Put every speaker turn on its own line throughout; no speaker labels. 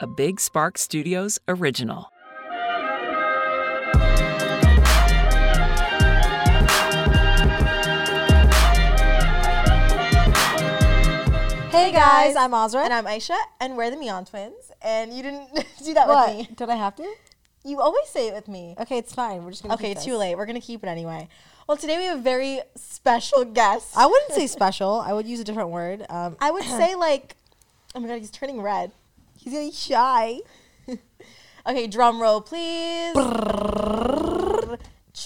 a Big Spark Studios original.
Hey guys, I'm
Azra.
and I'm Aisha, and we're the Meon twins. And you didn't do that
what?
with me.
Did I have to?
You always say it with me.
Okay, it's fine. We're just gonna.
Okay,
keep
too
this.
late. We're gonna keep it anyway. Well, today we have a very special guest.
I wouldn't say special. I would use a different word. Um,
I would say like, oh my god, he's turning red.
he's getting shy.
Okay, drum roll, please. Troy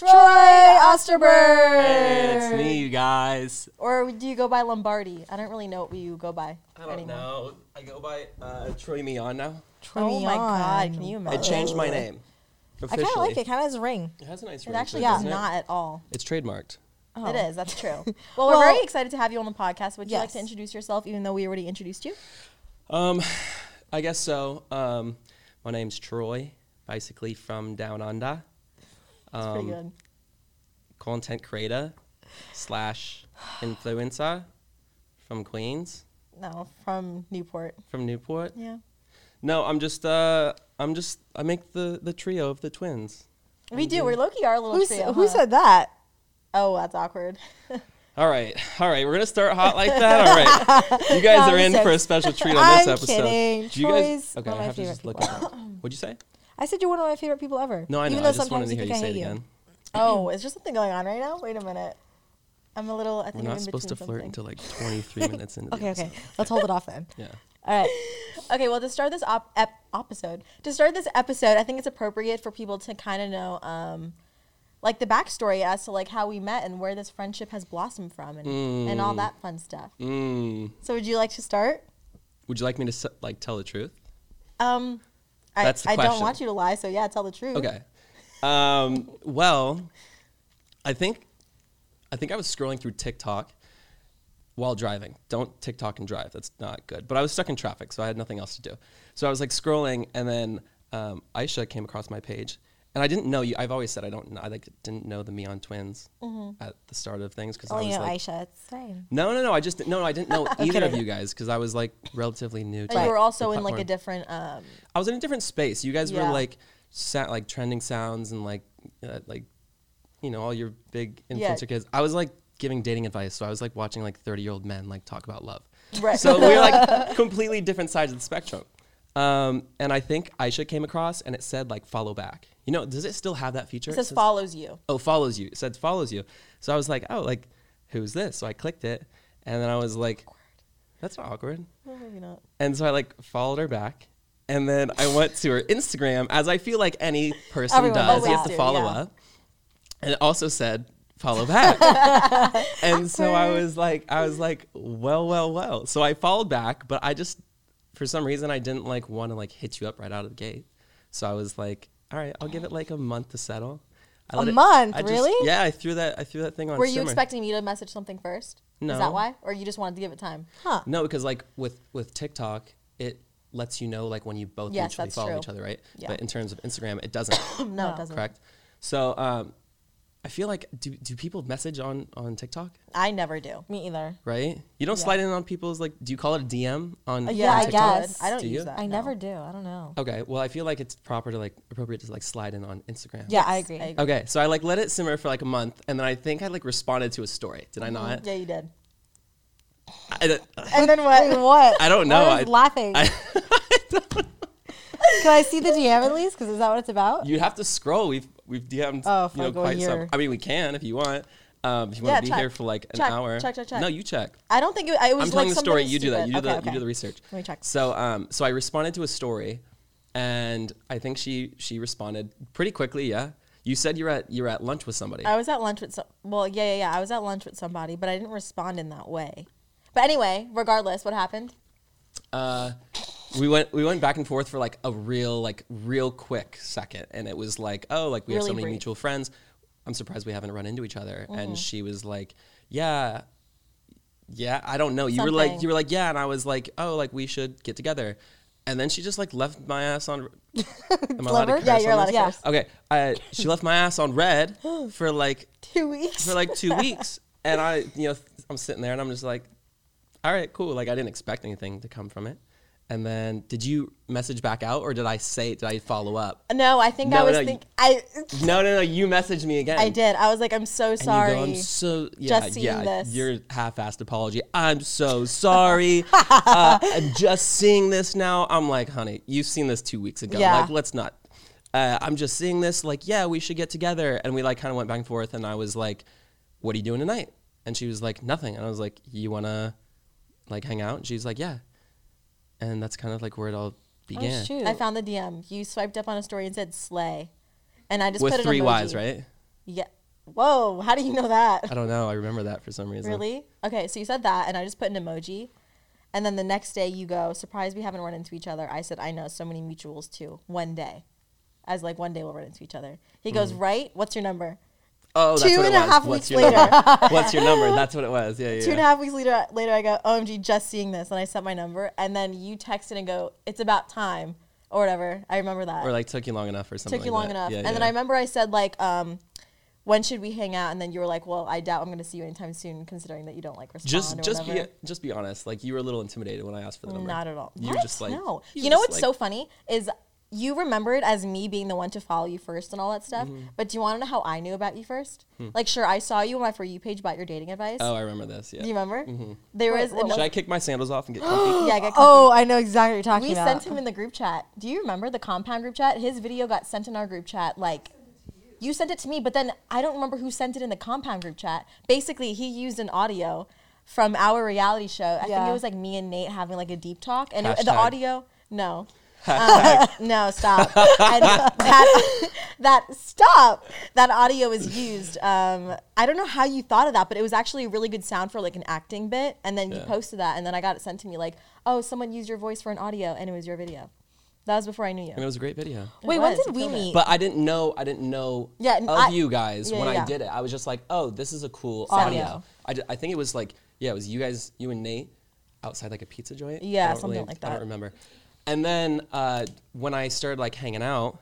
Osterberg.
Osterberg,
Hey, it's me, you guys.
or do you go by Lombardi? I don't really know what you go by
I don't
anymore.
know. I go by uh, Troy Mion now.
Oh my god, can you
I
imagine?
changed my name.
I
Officially.
kind of like it. Kind of has a ring.
It has a nice
It
ring.
actually
to
does
doesn't it?
not at all.
It's trademarked.
It is. That's true. Oh. Well, we're
Well-
very excited to have you on the podcast. Would you like
Yes.
to introduce yourself, even though we already introduced you?
Um, I guess so. Um, my name's Troy, basically from Down Under.
That's pretty
Um,
good.
content creator slash influencer from Queens,
No, from Newport.
from Newport.
Yeah.
No, I'm just uh, I'm just I make the the trio of the twins.
We do. We're Loki, our little
Who,
trio.
sa- who
huh?
said that?
Oh, that's awkward.
All right, all right, we're gonna start hot like that. All right, you guys
No,
are
I'm
in
just
for a special treat on this
I'm
episode.
kidding.
Do you guys?
Troy's
Okay,
one of
I
my
have to
favorite
just look it up. What'd you say?
I said you're one of my favorite people ever.
No, I know.
Even
I
though
just
sometimes
wanted to hear
you
you
think I
say
hate
it
you.
again.
oh, is there something going on right now? Wait a minute. I'm a little. I think
We're
I'm
not
in
supposed to
between
flirt
something.
until like 23 minutes into the
Okay, okay.
episode.
Let's hold it off then.
Yeah.
All right.
Okay, well, to start this op- ep- episode, to start this episode, I think it's appropriate for people to kind of know, um, like the backstory as to like how we met and where this friendship has blossomed from, and, and all that fun stuff.
Mm.
So, would you like to start?
Would you like me to s- like tell the truth?
Um, I,
That's the
I don't
question.
want you to lie, so yeah, tell the truth.
Okay. Um, well, I think I think I was scrolling through TikTok while driving. Don't TikTok and drive. That's not good. But I was stuck in traffic, so I had nothing else to do. So I was like scrolling, and then um, Aisha came across my page, and I didn't know you. I've always said I don't. kn- I like didn't know the Meon twins
Mm-hmm.
at the start of
Oh,
things because I
Well,
was
you know,
like.
Aisha, it's the same.
No, no, no. I just no, no. I didn't know either of you guys because I was like relatively new. to
And you
the
were also in like a
platform.
different. Um,
I was in a different space. You guys
Yeah.
were like, sa- like trending sounds and like, uh, like, you know, all your big
Yeah.
influencer kids. I was like giving dating advice, so I was like watching like thirty year old men like talk about love.
Right.
So we were like completely different sides of the spectrum. Um, and I think Aisha came across and it said like follow back. You know, does it still have that feature?
it says follows you.
oh follows you it said follows you so i was like oh like who's this so i clicked it and then i was like that's not awkward
Well, maybe not.
and so i like followed her back and then i went to her instagram as i feel like any person
Everyone
does
does
you have
that.
to follow
Yeah.
up and it also said follow back and so i was like i was like well well well so i followed back but i just for some reason i didn't like want to like hit you up right out of the gate so i was like all right i'll give it like a month to settle I
A
let it-
month,
I just-
really?
yeah i threw that i threw that thing on
Were you
simmer.
expecting me to message something first? Is
No.
that why? Or you just wanted to give it time?
Huh.
No, because like with with TikTok, it lets you know like when you both
Yes,
mutually
that's
follow
true.
each other, right?
Yeah.
But in terms of Instagram, it doesn't.
Hmm, No, it doesn't.
correct. So um, I feel like do do people message on on TikTok?
I never do.
Me either.
Right? You don't slide in on people's like. Do you call it a DM on?
Yeah,
on
I
TikTok?
guess.
Uh, I don't
Do
use
you?
that.
I
no.
never do. I don't know.
Okay. Well, I feel like it's proper to like appropriate to like slide in on Instagram.
Yeah, I
Yes,
agree.
I agree.
Okay, so I like let it simmer for like a month, and then I think I like responded to a story. Did I not?
Mm-hmm. Yeah, you did.
I,
And then
Wait,
what?
what?
I don't know.
What is
I-
laughing. Can I see the DM at least? Because is that what it's about?
You'd have to scroll. We've we've DM'd
Oh,
you know,
fuck, well,
quite some.
you're-
I mean, we can if you want. Um, if you
Yeah,
want to be
check.
here for like an
Check,
hour.
check, check, check.
No, you check.
I don't think it, I was
I'm
like
telling the
something
story. You do that.
stupid.
You do
Okay,
the
okay.
you do the research.
Let me check.
So um, so I responded to a story, and I think she she responded pretty quickly. Yeah, you said you're at you're at lunch with somebody.
I was at lunch with some. Well, yeah, yeah, yeah. I was at lunch with somebody, but I didn't respond in that way. But anyway, regardless, what happened?
uh, we went we went back and forth for like a real like real quick second, and it was like oh like we have
Really
so many
brief. Mm-hmm.
mutual friends. I'm surprised we haven't run into each other. And she was like, yeah, yeah, I don't know. You were like
Something.
you were like yeah, and I was like oh like we should get together, and then she just like left my ass on. Am I allowed to
Blubber?
curse
Yeah, you're
on
allowed
this?
to
Yeah.
curse.
Okay, I, she left my ass on red for like
Two weeks.
for like two weeks. And I, you know, I'm sitting there and I'm just like, all right, cool. Like I didn't expect anything to come from it. And then did you message back out or did I say, did I follow up?
No, I think I
No,
was
no, you-
think I
No, no, no. You messaged me again.
I did. I was like, I'm so
And you
sorry.
go, I'm so yeah,
Just seeing
yeah.
this.
Your half-assed apology. I'm so sorry. uh, I'm just seeing this now. I'm like, honey, you've seen this two weeks ago.
Yeah.
Like, let's not. Uh, I'm just seeing this. Like, yeah, we should get together. And we like kind of went back and forth. And I was like, what are you doing tonight? And she was like, nothing. And I was like, you wanna like hang out? And she's like, yeah. And that's kind of like where it
Oh,
all began.
Oh, shoot.
I found the DM. You swiped up on a story and said slay, and I just
With
put an
three
emoji.
Y's, right?
Yeah. Whoa! How do you know that?
I don't know. I remember that for some reason.
Really? Okay, so you said that, and I just put an emoji. And then the next day, you go, surprise, we haven't run into each other. I said, I know, so many mutuals too. One day. As like, one day we'll run into each other. He goes,
Mm.
right? What's your number?
Oh, that's
Two
what it
and a
was.
half weeks
What's your
later.
number? What's your number? That's what it was. Yeah, yeah.
Two and
yeah.
a half weeks later, later, I go, OMG, just seeing this. And I sent my number. And then you texted and go, it's about time or whatever. I remember that.
Or like took you long enough or something.
took you
like
long
that.
enough.
Yeah,
and
yeah.
then I remember I said, like, um, when should we hang out? And then you were like, well, I doubt I'm going to see you anytime soon, considering that you don't like respond
just
or
just
whatever.
be just be honest. Like you were a little intimidated when I asked for the number.
Not at all.
You were
What?
just like
no. You,
were
know
just
what's
like-
so funny is you remembered as me being the one to follow you first and all that stuff.
Mm-hmm.
But do you want to know how I knew about you first? Like, sure, I saw you on my for you page about your dating advice.
Hmm. Oh, I Mm-hmm. remember this. Yeah.
Do you remember? There was.
Wait,
Should
another-
I kick my sandals off and get comfy?
yeah, I got
Oh, I know exactly what you're talking
we
about.
sent him in the group chat. Do you remember the compound group chat? His video got sent in our group chat. Like, you sent it to me, but then I don't remember who sent it in the compound group chat. Basically, he used an audio from our reality show. I think
Yeah.
it was like me and Nate having like a deep talk, and it, the
Hashtag.
audio. No. Um, no, stop. I, that, that stop. That audio was used. Um, I don't know how you thought of that, but it was actually a really good sound for like an acting bit. And then you
Yeah.
posted that, and then I got it sent to me like, oh, someone used your voice for an audio, and it was your video. That was before I knew
And it
you.
was a great video.
Wait,
It
when
was,
did
it
we
killed it.
meet?
But I didn't know I didn't know
Yeah,
of
and I-
you guys
yeah,
when
yeah.
I did it. I was just like, oh, this is a cool
Audio.
audio. I, d- I think it was like yeah, it was you guys, you and Nate, outside like a pizza joint.
Yeah,
I don't
something
really-
like
I
that.
don't remember. And then uh, when I started like hanging out,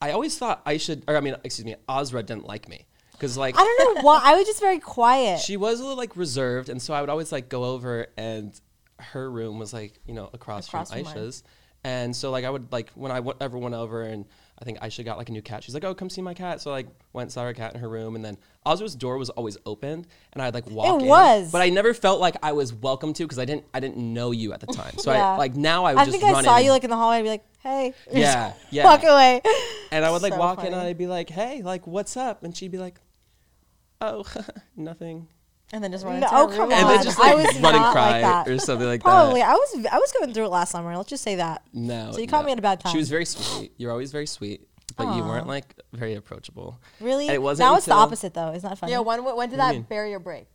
I always thought I should, or I mean, excuse me, Ozra didn't like me because like
I don't know why. I was just very quiet.
she was a little like reserved, and so I would always like go over, and her room was like you know across,
Across from mine.
from, Aisha's, and so like I would like when I w- ever went over, and I think Aisha got like a new cat. She's like, oh, come see my cat. So like went saw her cat in her room, and then Ozra's door was always open, and I'd like walk. in,
was.
but I never felt like I was welcome to because I didn't I didn't know you at the time. So
Yeah.
I like now I would
I
just
think I
run
saw
in.
you like in the hallway. I'd be like, "Hey,"
Yeah, yeah.
walk away.
And I would like
So
walk in
funny.
and I'd be like, hey, like, what's up? And she'd be like, oh, nothing.
And then just run
No,
into our
oh, come
room.
And
on.
then just like
I was
run and
not
cry
like that.
or something like
Probably.
that.
I was I was going through it last summer. Let's just say that.
No.
So you caught
no.
me at a bad time.
She was very sweet. You're always very sweet, but you weren't like very approachable.
really.
And it wasn't.
Now it's the
until-
opposite, though. Isn't that funny?
Yeah, when, when did that barrier break?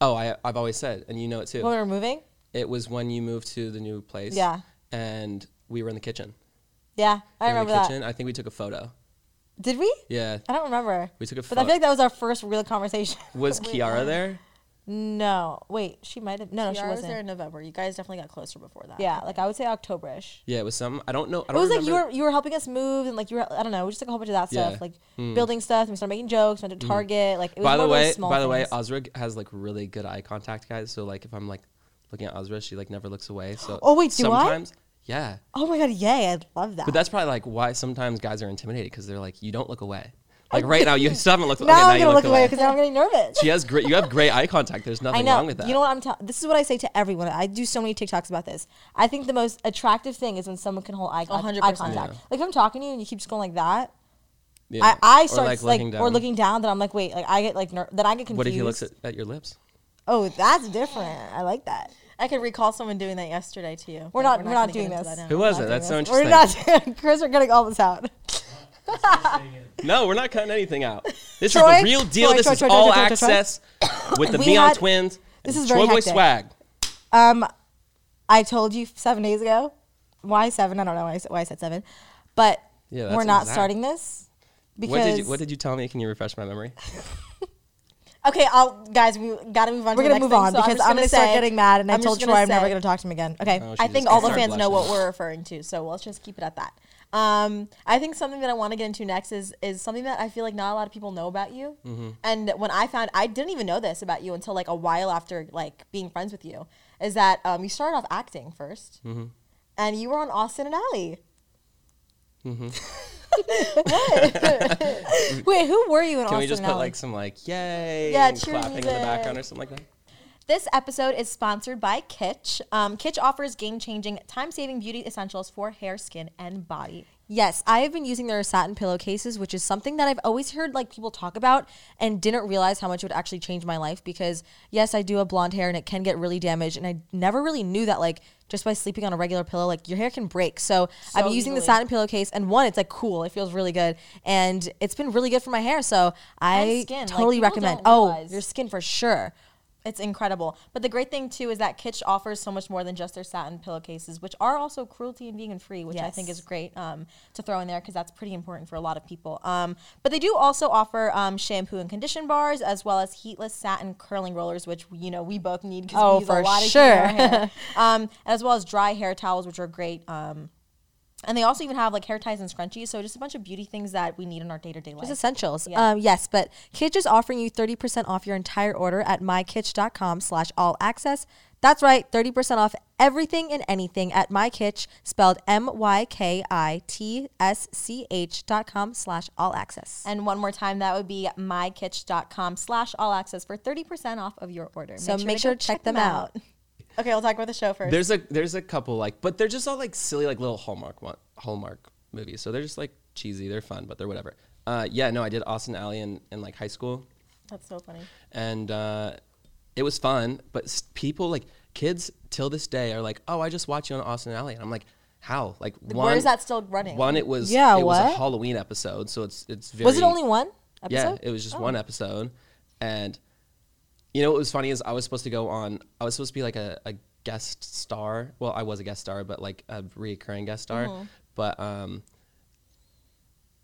Oh, I, I've always said, and you know it too.
when we were moving.
It was when you moved to the new place.
Yeah. And
And we were in the kitchen.
Yeah, I
in
remember
the
that.
kitchen. I think we took a photo.
Did we?
Yeah.
I don't remember.
We took a
But I
photo.
feel like that was our first real conversation.
Was Kiara there?
no, wait, she might have. No, no, she
Kiara was there in
wasn't.
November. You guys definitely got closer before that.
Yeah, like I would say Octoberish.
Yeah, it was some. I don't know. I
It
don't
was like you
remember-
were you were helping us move and like you were I don't know just like a whole bunch of that stuff
Yeah. Hmm.
like building stuff and we started making jokes went to Target like it was
by
more
the way,
really small
by the way,
things.
Ozra has like really good eye contact, guys. So like, if I'm like looking at Ozra, she like never looks away. So
Oh, wait, do I?
sometimes, yeah.
oh my god yay I love that
But that's probably like why sometimes guys are intimidated because they're like, you don't look away. Like right now, you still haven't looked.
now
okay,
I'm
now
gonna
you
look away because now I'm getting nervous
she has great. You have great eye contact. There's
I
nothing
know
wrong with that.
you know what I'm telling this is what I say to everyone I do so many TikToks about this I think the most attractive thing is when someone can hold eye, con- eye
100%.
contact like if I'm talking to you and you keep just going like that
Yeah.
I, I
Or,
start like,
down.
or looking down that I'm like wait like I get like ner- that I get confused
What if he looks at, at your lips?
oh that's different I like that
I can recall someone doing that yesterday to you.
we're
but
not we're
gonna get
not, doing
into
this
that now.
Who was it? That's so interesting.
we're not Chris we're getting all this out.
no, we're not cutting anything out. This
Troy,
is the real deal.
Troy,
this
Troy,
is
Troy, Troy,
all
Troy, Troy, Troy, Troy.
access with the
We
Neon
had-
Twins.
this
and
is very
Troy Boy
hectic.
swag.
Um, I told you seven days ago. Why seven? I don't know why I said, why I said seven, but
Yeah, that's
we're not
exact.
starting this because
What did, you, what did you tell me? Can you refresh my memory?
Okay, I'll, guys, we gotta move on.
we're
to the next
gonna move
thing,
on
so
because
just
I'm, gonna start
say-
getting mad, and i
I'm just
told Troy I'm never
say-
gonna talk to him again. Okay,
Oh, she
I think
just
all the
started
fans know
blushing.
what we're referring to, so let's just keep it at that. Um, I think something that I want to get into next is is something that I feel like not a lot of people know about you.
Mm-hmm.
And when I found, I didn't even know this about you until like a while after like being friends with you. Is that um, you started off acting 1st
Mm-hmm.
and you were on Austin and Alley.
Mm-hmm.
Wait, who were you in
Can
Austin?
we just
and
put
Ally?
like some like yay
Yeah,
and
cheer
clapping in the
music.
background or something like that?
This episode is sponsored by Kitsch. Um, Kitsch offers game changing, time saving beauty essentials for hair, skin, and body.
Yes, I have been using their satin pillowcases, which is something that I've always heard like people talk about and didn't realize how much it would actually change my life because yes, I do have blonde hair and it can get really damaged and I never really knew that like just by sleeping on a regular pillow like your hair can break. So, I've been using the
easily.
satin pillowcase and one it's like cool, it feels really good and it's been really good for my hair, so I
skin, like,
totally
people
recommend.
don't
Oh,
realize.
your skin for sure.
It's incredible. But the great thing too is that Kitsch offers so much more than just their satin pillowcases, which are also cruelty and vegan free, which I think
Yes.
is great um, to throw in there because that's pretty important for a lot of people. Um, but they do also offer um, shampoo and condition bars as well as heatless satin curling rollers, which you know we both need because
Oh,
we use
for
a lot
sure.
of heat in our hair. um, as well as dry hair towels, which are great. Um, and they also even have like hair ties and scrunchies, so just a bunch of beauty things that we need in our day to day life.
It's essentials.
Yeah.
Um, yes, but Kitsch is offering you 30% off your entire order at mykitsch.com slash all access. That's right, 30% off everything and anything at mykitsch, spelled M-Y-K-I-T-S-C-H dot com slash all access.
And one more time, that would be mykitch.com slash all access for 30% off of your order.
So make
to
sure
go
to check them out.
okay, we'll talk about the show first.
There's a there's a couple like, but they're just all like silly like little Hallmark one, Hallmark movies. So they're just like cheesy. They're fun, but they're whatever. Uh, yeah, no, I did Austin Alley in, in like high school,
That's so funny.
and uh, it was fun. But s- people like kids till this day are like, oh, I just watched you on Austin Alley, and I'm like, how? Like, one,
is that still running?
One, it was
Yeah,
yeah, it was
what?
a Halloween episode, so it's it's very
Was it only one
yeah,
episode? Oh.
it was just one episode. And you know what was funny is I was supposed to go on, I was supposed to be like a, a guest star. Well, I was a guest star, but like a reoccurring guest star.
Mm-hmm.
But um,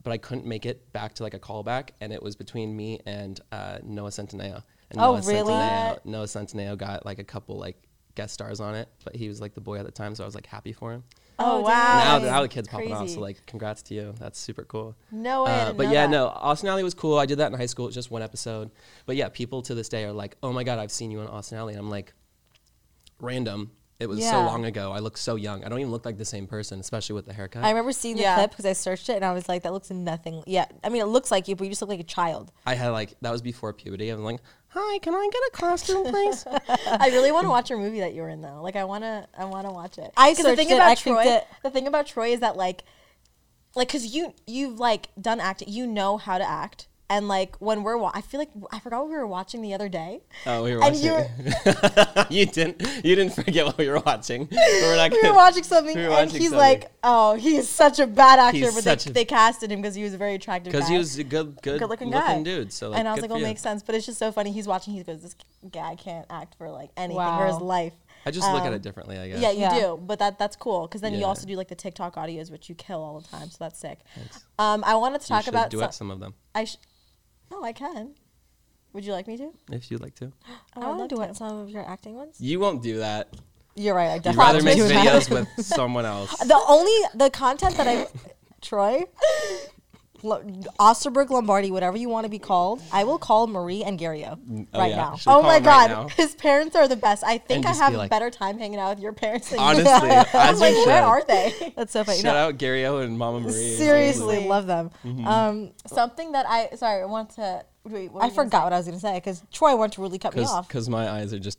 but I couldn't make it back to like a callback, and it was between me and uh, Noah Centineo. And
Oh,
Noah
really?
Centineo, Noah Centineo got like a couple like guest stars on it, but he was like the boy at the time, so I was like happy for him.
Oh, wow.
Now, now the kid's popping off,
Crazy.
so like congrats to you. That's super cool. Uh,
No way, I didn't
but
know
yeah,
that.
no, Austin Alley was cool. I did that in high school. It's just one episode. But yeah, people to this day are like, oh my God, I've seen you on Austin Alley. And I'm like, random. It was so
Yeah.
long ago. I look so young. I don't even look like the same person, especially with the haircut.
I remember seeing the
Yeah.
clip because I searched it and I was like, that looks nothing. Yeah, I mean, it looks like you, but you just look like a child.
I had like, that was before puberty. I was like, hi, can I get a classroom, please?
I really want to watch your movie that you were in though. Like I wanna, I wanna watch it.
I
'Cause the
searched
thing
it,
about
I clicked
Troy.
it.
The thing about Troy is that like, like, cause you you've like done acting. You know how to act. And like when we're, wa- I feel like I forgot what we were watching the other day.
oh, we were
And
watching.
you're-
you didn't, you didn't forget what we were watching. But we're not
we
gonna-
were watching something,
we were
and
watching
he's
something.
like, "Oh, he is such a bad actor,"
He's
but
such
they,
a-
they casted him because he was a very attractive.
because he
guy.
was a good, good,
good-looking guy.
looking, dude. So, like,
and I was
good
like,
for
"Well,
you."
makes sense." But it's just so funny. He's watching. He goes, "This guy can't act for like anything
Wow.
for his life."
I just look at it differently, I guess.
Yeah, you
Yeah.
do, but that that's cool because then you
Yeah.
also do like the TikTok audios, which you kill all the time. So that's sick. Um, I wanted to
you
talk
should
about.
duet
some-
some of them
I sh- oh, I can. Would you like me to?
if you'd like to.
Oh,
I
I'd love
want to do
to.
what some of your acting ones.
You won't do that.
You're right. I
You'd
definitely
rather
won't
make
do that.
videos with someone else.
the only the content that I Troy Lo- Osterberg Lombardi, whatever you want to be called, I will call Marie and Gario right
Mm, yeah.
now.
Should we
Oh
call
my
him right
god,
now?
his parents are the best. I think I
just
have
be
a
like-
better time hanging out with your parents. Than you.
Honestly, as
like,
you should.
where are they?
That's so funny.
Shout
No,
out Gary O and Mama Marie. Mm-hmm.
seriously, love them. Um,
Something that I sorry, I want to wait. what
I
were you gonna
forgot what I was gonna say because Troy wanted to really cut me off.
Because my eyes are just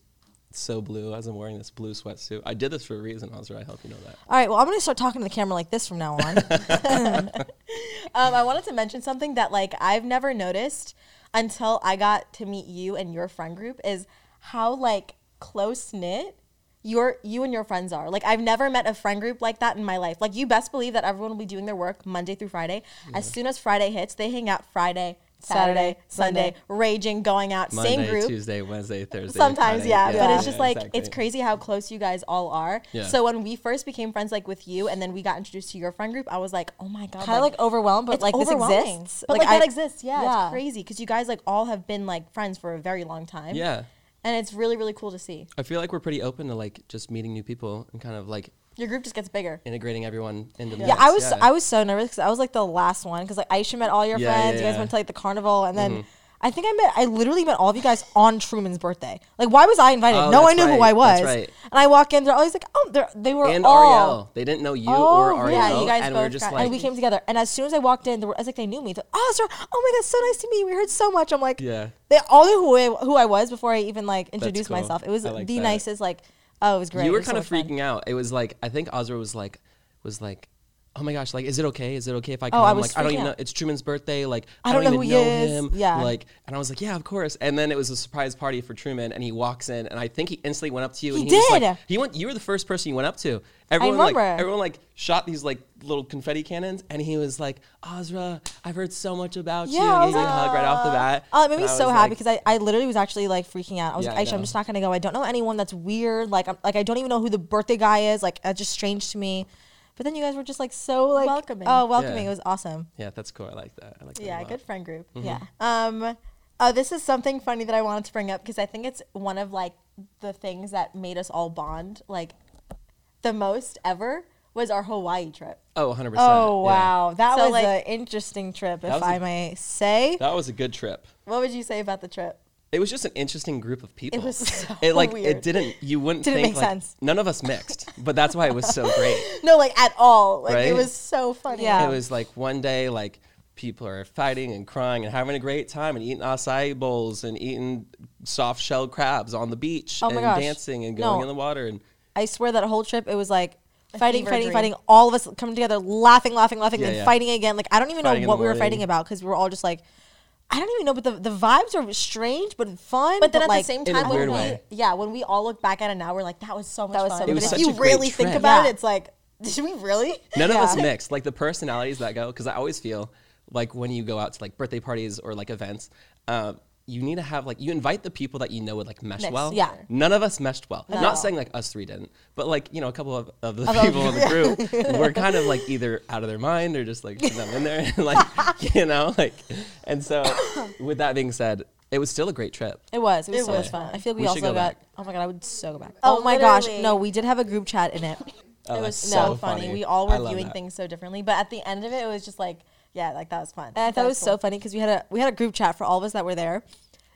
so blue as I'm wearing this blue sweatsuit. I did this for a reason, Osra. I hope you know that.
All right, well, I'm gonna start talking to the camera like this from now on.
um, I wanted to mention something that like I've never noticed until I got to meet you and your friend group is how like close knit your you and your friends are. Like I've never met a friend group like that in my life. Like you best believe that everyone will be doing their work Monday through Friday. As soon as Friday hits, they hang out Friday, Saturday,
Saturday,
Sunday,
Sunday.
raging, going out, same
Monday,
group.
Tuesday, Wednesday, Thursday.
Sometimes,
Friday.
yeah, but it's
yeah,
just like
exactly.
it's crazy how close you guys all are.
Yeah.
So when we first became friends, like with you, and then we got introduced to your friend group, I was like, oh my god,
kind of like overwhelmed, but
it's
like this
overwhelming.
exists.
But like, that
I-
exists, yeah,
yeah.
It's crazy because you guys like all have been like friends for a very long time.
Yeah.
and it's really really cool to see.
I feel like we're pretty open to like just meeting new people and kind of like
Your group just gets bigger.
integrating everyone into the
Yeah, I was
mix,
I was so nervous because I was like the last one because like Aisha met all your
Yeah,
friends.
yeah,
You guys
yeah. Mm-hmm.
went to like the carnival, and then I think I met I literally met all of you guys on Truman's birthday. Like, why was I invited?
Oh,
no one
that's
knew who
right,
I was.
that's right.
And I walk in, they're always like, oh, they're, they were
and
all.
Ariel. They didn't know you or
Oh,
Ariel,
yeah, you
guys
and we were
both
just
got-
like,
and we came together. And as soon as I walked in, there were, I was like, they knew me. They're, oh, sir, oh my god, so nice to meet you. We heard so much. I'm like,
Yeah.
They all knew who I, who I was before I even like introduced
cool.
myself. It was
I like
the
that.
nicest. Like, oh, it was great.
you
It
were
was so
kind of
much fun.
freaking out. It was like I think Ozra was like was like, oh my gosh, like is it okay? Is it okay if I come?
Oh, I
I'm
was
like I don't
freaking
even
out.
know. It's Truman's birthday. Like
I don't know
even
who he
know
is.
him.
Yeah.
Like and I was like yeah of course. And then it was a surprise party for Truman and he walks in and I think he instantly went up to you.
He
and he was like-
did.
he went. You were the first person you went up to. Everyone like
remember.
everyone like shot these like little confetti cannons and he was like Ozra, I've heard so much about you.
Yeah, I was
And he gave you a
like,
hug right off the bat.
Oh, it made
And
me
I
so
was
happy
like,
because I, I literally was actually like freaking out. I was
Yeah, I
like, Aisha,
know.
I'm just not gonna go. I don't know anyone. That's weird. Like, I'm, like I don't even know who the birthday guy is. Like, that's just strange to me. But then you guys were just like so like
Welcoming.
Oh, welcoming.
Yeah.
It was awesome.
yeah, that's cool. I like that. I like that. a
Yeah,
lot.
good friend group.
Mm-hmm.
Yeah.
Um, oh, this is something funny that I wanted to bring up because I think it's one of like the things that made us all bond like the most ever was our Hawaii trip.
Oh, 100 percent.
Oh wow, that
So,
was
like-
an interesting trip, if
was a-
I may say.
That was a good trip.
What would you say about the trip?
It was just an interesting group of people.
was so
it like it
weird.
didn't you wouldn't
Didn't
think
make
like,
sense.
none of us mixed, but that's why it was so great.
No, like at all. Like
Right?
it was so funny.
Yeah.
It was like one day like people are fighting and crying and having a great time and eating acai bowls and eating soft shell crabs on the beach
Oh my
and
gosh.
dancing and going
No.
in the water and
I swear that whole trip, it was like fighting,
fever
fighting,
dream.
fighting. All of us coming together, laughing, laughing, laughing,
Yeah,
then
yeah.
fighting again. Like I don't even
Fighting
know
in the
what we were
morning.
fighting about because we were all just like, I don't even know. But the, the vibes are strange, but fun.
But then at
like,
the same
in a
time,
weird
when we,
way.
yeah, when we all look back at it now, we're like, that was so much
was
fun.
so
but
It was
if
such
you
a great
really think
trip.
about
Yeah.
it, it's like, did we really?
None of us
Yeah.
mixed. Like the personalities that go, because I always feel like when you go out to like birthday parties or like events, um, you need to have like you invite the people that you know would like mesh
Mix,
well.
yeah.
None of us meshed well.
No.
Not saying like us three didn't, but like you know a couple of, of the people in the group were kind of like either out of their mind or just like putting them in there, like you know, like. And so, with that being said, it was still a great trip.
It was. It was
It
so
was
much fun. I feel like we,
We should
also
go
got.
back.
Oh my god, I would so go back.
Oh,
Oh, my gosh,
literally.
no, we did have a group chat in it.
Oh,
it was
that's
so, funny. We all
I
were
love
viewing
that.
things so differently, but at the end of it, it was just like, yeah, like that was fun.
And I thought it was so funny because we had a we had a group chat for all of us that were there.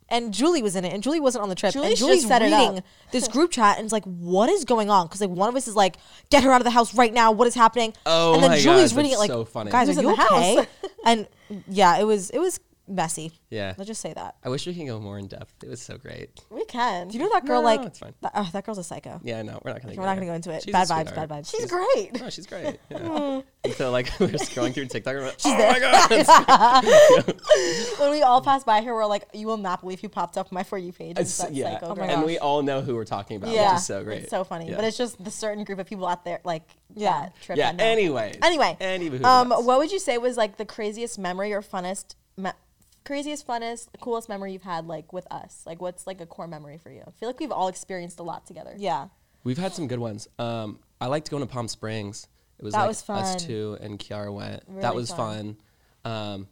And Julie was in it, and Julie wasn't on the trip.
Julie
and
should have
Julie's
set it
reading
up.
this group chat, and it's like, what is going on? Because like one of us is like, get her out of the house right now. What is happening?
Oh
and then
my
Julie's
gosh,
reading
that's
it like,
so funny.
guys,
Who's
are
in
you
the house?"
okay? and yeah, it was it was messy.
Yeah.
let's just say that.
I wish we could go more in depth. It was so great.
We can.
Do you know that girl?
No,
like,
it's fine.
that- oh, that girl's a psycho.
Yeah, no, we're not gonna.
We're not gonna
there.
go into it.
She's a
bad vibes,
sweetheart.
bad vibes.
She's great.
No, Oh, she's great. Yeah. and so like we were scrolling through TikTok, and we're like, oh my god, it's,
when we all passed by her, we're like, you will not believe who popped up my for you page. It's
it's-
that
yeah. oh
psycho
Oh
girl.
and we all know who we're talking about,
yeah,
which is so great.
It's so funny,
Yeah.
but it's just the certain group of people out there, like
Yeah.
that trip.
yeah.
that know.
Anyways.
anyway,
Anywho,
um,
that's-
what would you say was like the craziest memory or funnest, me- craziest, funnest, coolest memory you've had like with us? Like, what's like a core memory for you? I feel like we've all experienced a lot together.
Yeah,
we've had some good ones. Um, I liked going to Palm Springs. It was
That
like
was fun.
us two and Kiara went. that
Really
was
fun.
fun. Um,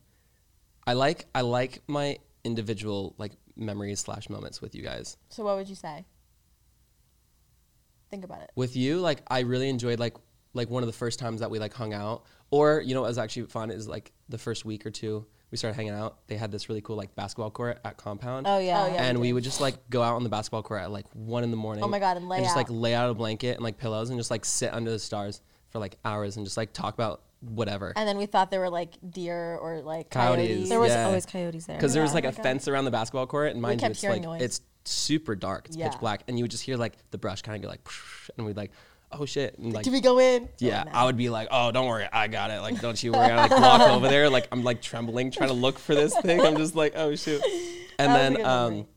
I like I like my individual like memories slash moments with you guys.
So, what would you say? Think about it.
with you like i really enjoyed like like one of the first times that we like hung out or you know what was actually fun is like the first week or two we started hanging out they had this really cool like basketball court at compound
Oh, yeah.
Oh, yeah,
and
we
we,
did.
would just like go out on the basketball court at like one in the morning
Oh my God, and lay
just like
out.
lay out a blanket and like pillows and just like sit under the stars for like hours and just like talk about whatever
And then we thought there were like deer or like
Coyotes.
coyotes.
there was
Yeah.
always coyotes there.
because there was
Yeah.
like
Oh
a
my God.
fence around the basketball court and mind you
kept
it's
hearing
like
noise.
it's super dark it's
Yeah.
pitch black and you would just hear like the brush kind of go like "Psh," and we'd like oh shit and like
Do we go in?
Yeah,
Oh, no.
I would be like, oh, don't worry, I got it. Like, don't you worry. I like walk over there, like I'm like trembling, trying to look for this thing. I'm just like, oh shoot.
That
And
was a
then
good
um,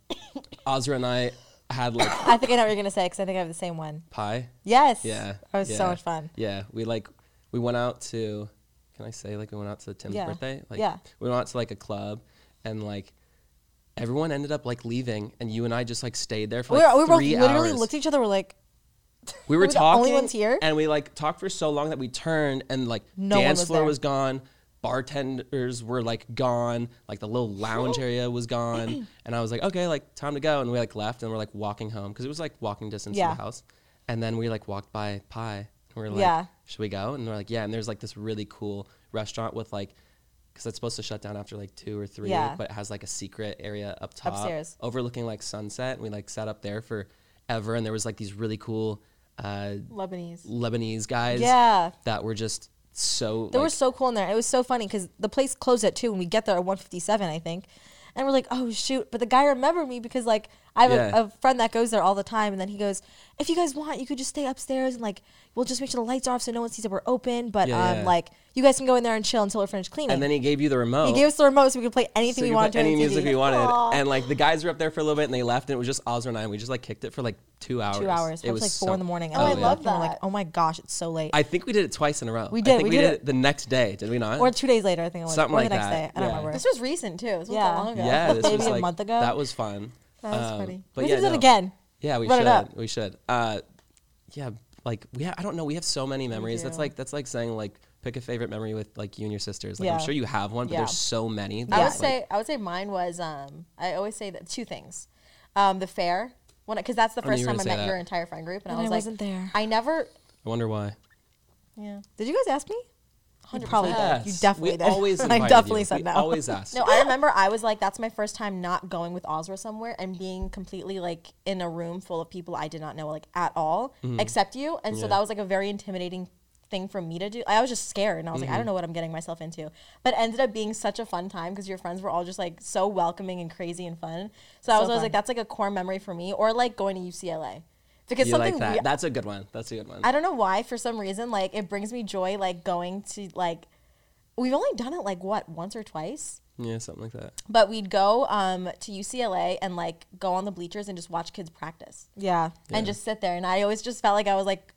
Ozra and I had like
I think I know what you're gonna say because I think I have the same one.
pie.
Yes.
Yeah,
That was so
yeah,
much fun.
Yeah, we like we went out to. Can I say like we went out to Tim's
Yeah,
birthday? Like,
yeah.
We went out to like a club, and like everyone ended up like leaving, and you and I just like stayed there for
we were,
like
we were both
three
literally
hours.
looked at each other. We're like,
We were
the
talking,
only ones here?
and we like talked for so long that we turned, and like
No one
dance
was
floor
there.
was gone, bartenders were like gone, like the little lounge area was gone, and I was like, okay, like time to go, and we like left, and we're like walking home because it was like walking distance
Yeah.
to the house, and then we like walked by Pie, and We were like,
Yeah.
should we go? And they're like, yeah. And there's like this really cool restaurant with like, because it's supposed to shut down after like two or three,
Yeah.
but it has like a secret area up top,
Upstairs.
overlooking like sunset. And we like sat up there for ever, and there was like these really cool uh,
Lebanese.
Lebanese guys,
Yeah.
that were just so.
They were
like-
so cool in there. It was so funny because the place closed at two, and we get there at one fifty seven, I think, and we're like, "Oh shoot!" But the guy remembered me because like I have
Yeah.
a, a friend that goes there all the time, and then he goes, "If you guys want, you could just stay upstairs, and like we'll just make sure the lights are off so no one sees that we're open, but
Yeah,
um
yeah.
like you guys can go in there and chill until we're finished cleaning."
and then he gave you the remote.
he gave us the remote so we could play anything
So you
we
could
wanted
put
to.
any
on
music
TV.
we wanted,
Aw.
and like the guys were up there for a little bit, and they left, and it was just Ozra and I. And we just like kicked it for like two hours.
Two hours. It was like four in the morning.
Oh, I
we
love
left, and we're like,
that.
"Oh my gosh, it's so late."
I think we did it twice in a row.
We did,
I think
we did
we, did,
it-
it the next day, did we not?
or two days later, I think it was.
Something
or
like
the next
that,
day. I don't
yeah.
remember.
This was recent too. This wasn't
Yeah.
that long ago.
yeah, this
maybe
was
a
like,
month ago.
That was fun. That was
pretty.
Um, But
we
yeah,
can do
no.
it again.
Yeah, we
Run it
should.
up.
We should. Uh, yeah, like we. Ha- I don't know. We have so many memories. That's
do.
like that's like saying like pick a favorite memory with like you and your sisters. Like I'm
Yeah.
sure you have one, but
Yeah.
there's so many.
I
that,
would
like-
say I would say mine was um I always say that two things, um the fair when because that's the
knew
first
you were
time I
gonna
met
say that.
your entire friend group and,
And
I was
I
like
wasn't there.
I never
I wonder why.
yeah
Did you guys ask me? You probably
Uh,
did. You
Yes,
definitely
we
did.
Always
I
invited
definitely
you.
said
We
no.
Always asked.
no I remember I was like that's my first time not going with Ozra somewhere and being completely like in a room full of people I did not know like at all except you and so
Mm-hmm. Yeah.
that was like a very intimidating thing for me to do I was just scared and I was
Mm-hmm.
like I don't know what I'm getting myself into but it ended up being such a fun time because your friends were all just like so welcoming and crazy and fun so, I was always
fun.
like that's like a core memory for me or like going to UCLA. Because
you
something
like that.
we-
That's a good one. That's a good one.
I don't know why. For some reason, like it brings me joy. Like going to like we've only done it like what once or twice,
yeah, something like that.
but we'd go um, to UCLA and like go on the bleachers and just watch kids practice
Yeah.
and just sit there. And I always just felt like I was like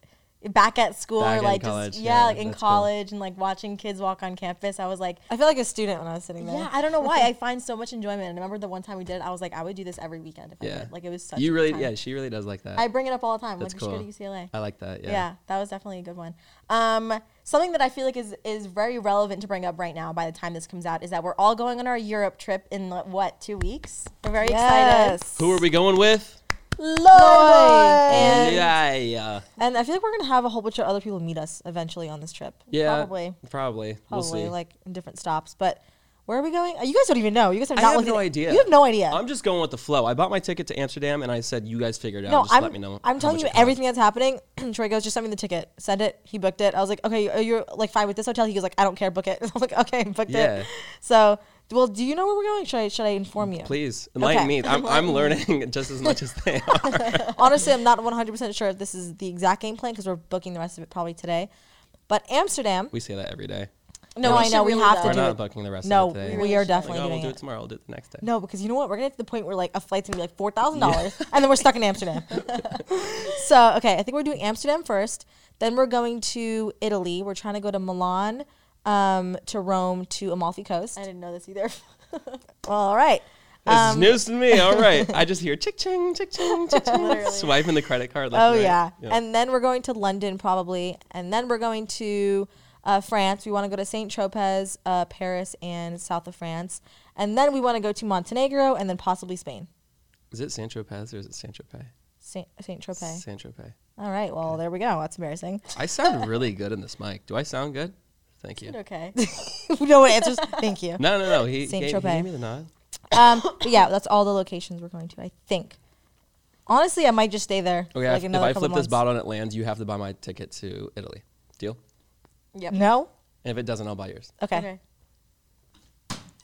back at school
Back
or
in
like
college,
just yeah,
yeah,
like in
that's cool.
college and like watching kids walk on campus. I was like.
I feel like a student when I was sitting there.
Yeah, I don't know why I find so much enjoyment. And I remember the one time we did it, I was like, I would do this every weekend if I
Yeah.
could. Like it was such. a
You
good
really,
time.
yeah, she really does like that.
I bring it up all the time.
That's
like
cool.
we should go to UCLA.
I like that. Yeah.
yeah. that was definitely a good one. Um, something that I feel like is is very relevant to bring up right now. By the time this comes out, is that we're all going on our Europe trip in like, what two weeks? We're very excited.
Yes.
Who are we going with?
Lloyd.
And,
yeah, yeah,
and I feel like we're gonna have a whole bunch of other people meet us eventually on this trip.
yeah.
Probably.
Probably. We'll
Probably
see.
like in different stops. But where are we going? Uh, You guys don't even know. You guys have
I
not
have
looked
no
at-
idea.
You have no idea.
I'm just going with the flow. I bought my ticket to Amsterdam, and I said, "You guys figure it out.
no,
just
I'm,
let me know."
I'm
how
telling
much
you
it costs."
everything that's happening. Troy goes, just send me the ticket. Send it. He booked it. I was like, okay, are you like fine with this hotel? He goes, like, I don't care, book it. I was like, okay, booked
Yeah.
it. So, well, do you know where we're going? Should I, should I inform you?
Please enlighten
Okay.
me. I'm, I'm learning just as much as they are.
Honestly, I'm not 100% sure if this is the exact game plan because we're booking the rest of it probably today. But Amsterdam,
we say that every day.
no,
we
I
should
know we
really
have
go.
We're
to do
not
it.
booking the rest
No,
of it today.
we are definitely
Like, oh, we'll
doing
do it
it.
tomorrow. We'll do it the next day.
No, because you know what? We're gonna get to the point where like a flight's gonna be like four thousand dollars, and then we're stuck in Amsterdam. so okay, I think we're doing Amsterdam first. Then we're going to Italy. We're trying to go to Milan, um, to Rome, to Amalfi Coast.
I didn't know this either.
All right.
This is
um,
news to me. All right. I just hear chick ching, chick ching, chick ching. Swiping the credit card. Left
Oh
and right.
yeah. and then we're going to London probably, and then we're going to uh, France. We want to go to Saint Tropez, uh, Paris, and south of France, and then we want to go to Montenegro, and then possibly Spain.
is it San Tropez or is it San Tropez?
Saint Saint Tropez.
San Tropez.
All right. Well, there we go. That's embarrassing.
I sound really good in this mic. Do I sound good? Thank you.
okay.
no one answers. Thank you.
No, no, no. He,
Saint
gave, he
Tropez.
gave me the nod.
Um, but yeah, that's all the locations we're going to. I think. Honestly, I might just stay there. for,
Okay.
like
if- if
another
I
couple
flip this
months.
bottle and it lands, you have to buy my ticket to Italy. Deal?
Yep.
No.
And if it doesn't, I'll buy yours.
Okay.
Okay.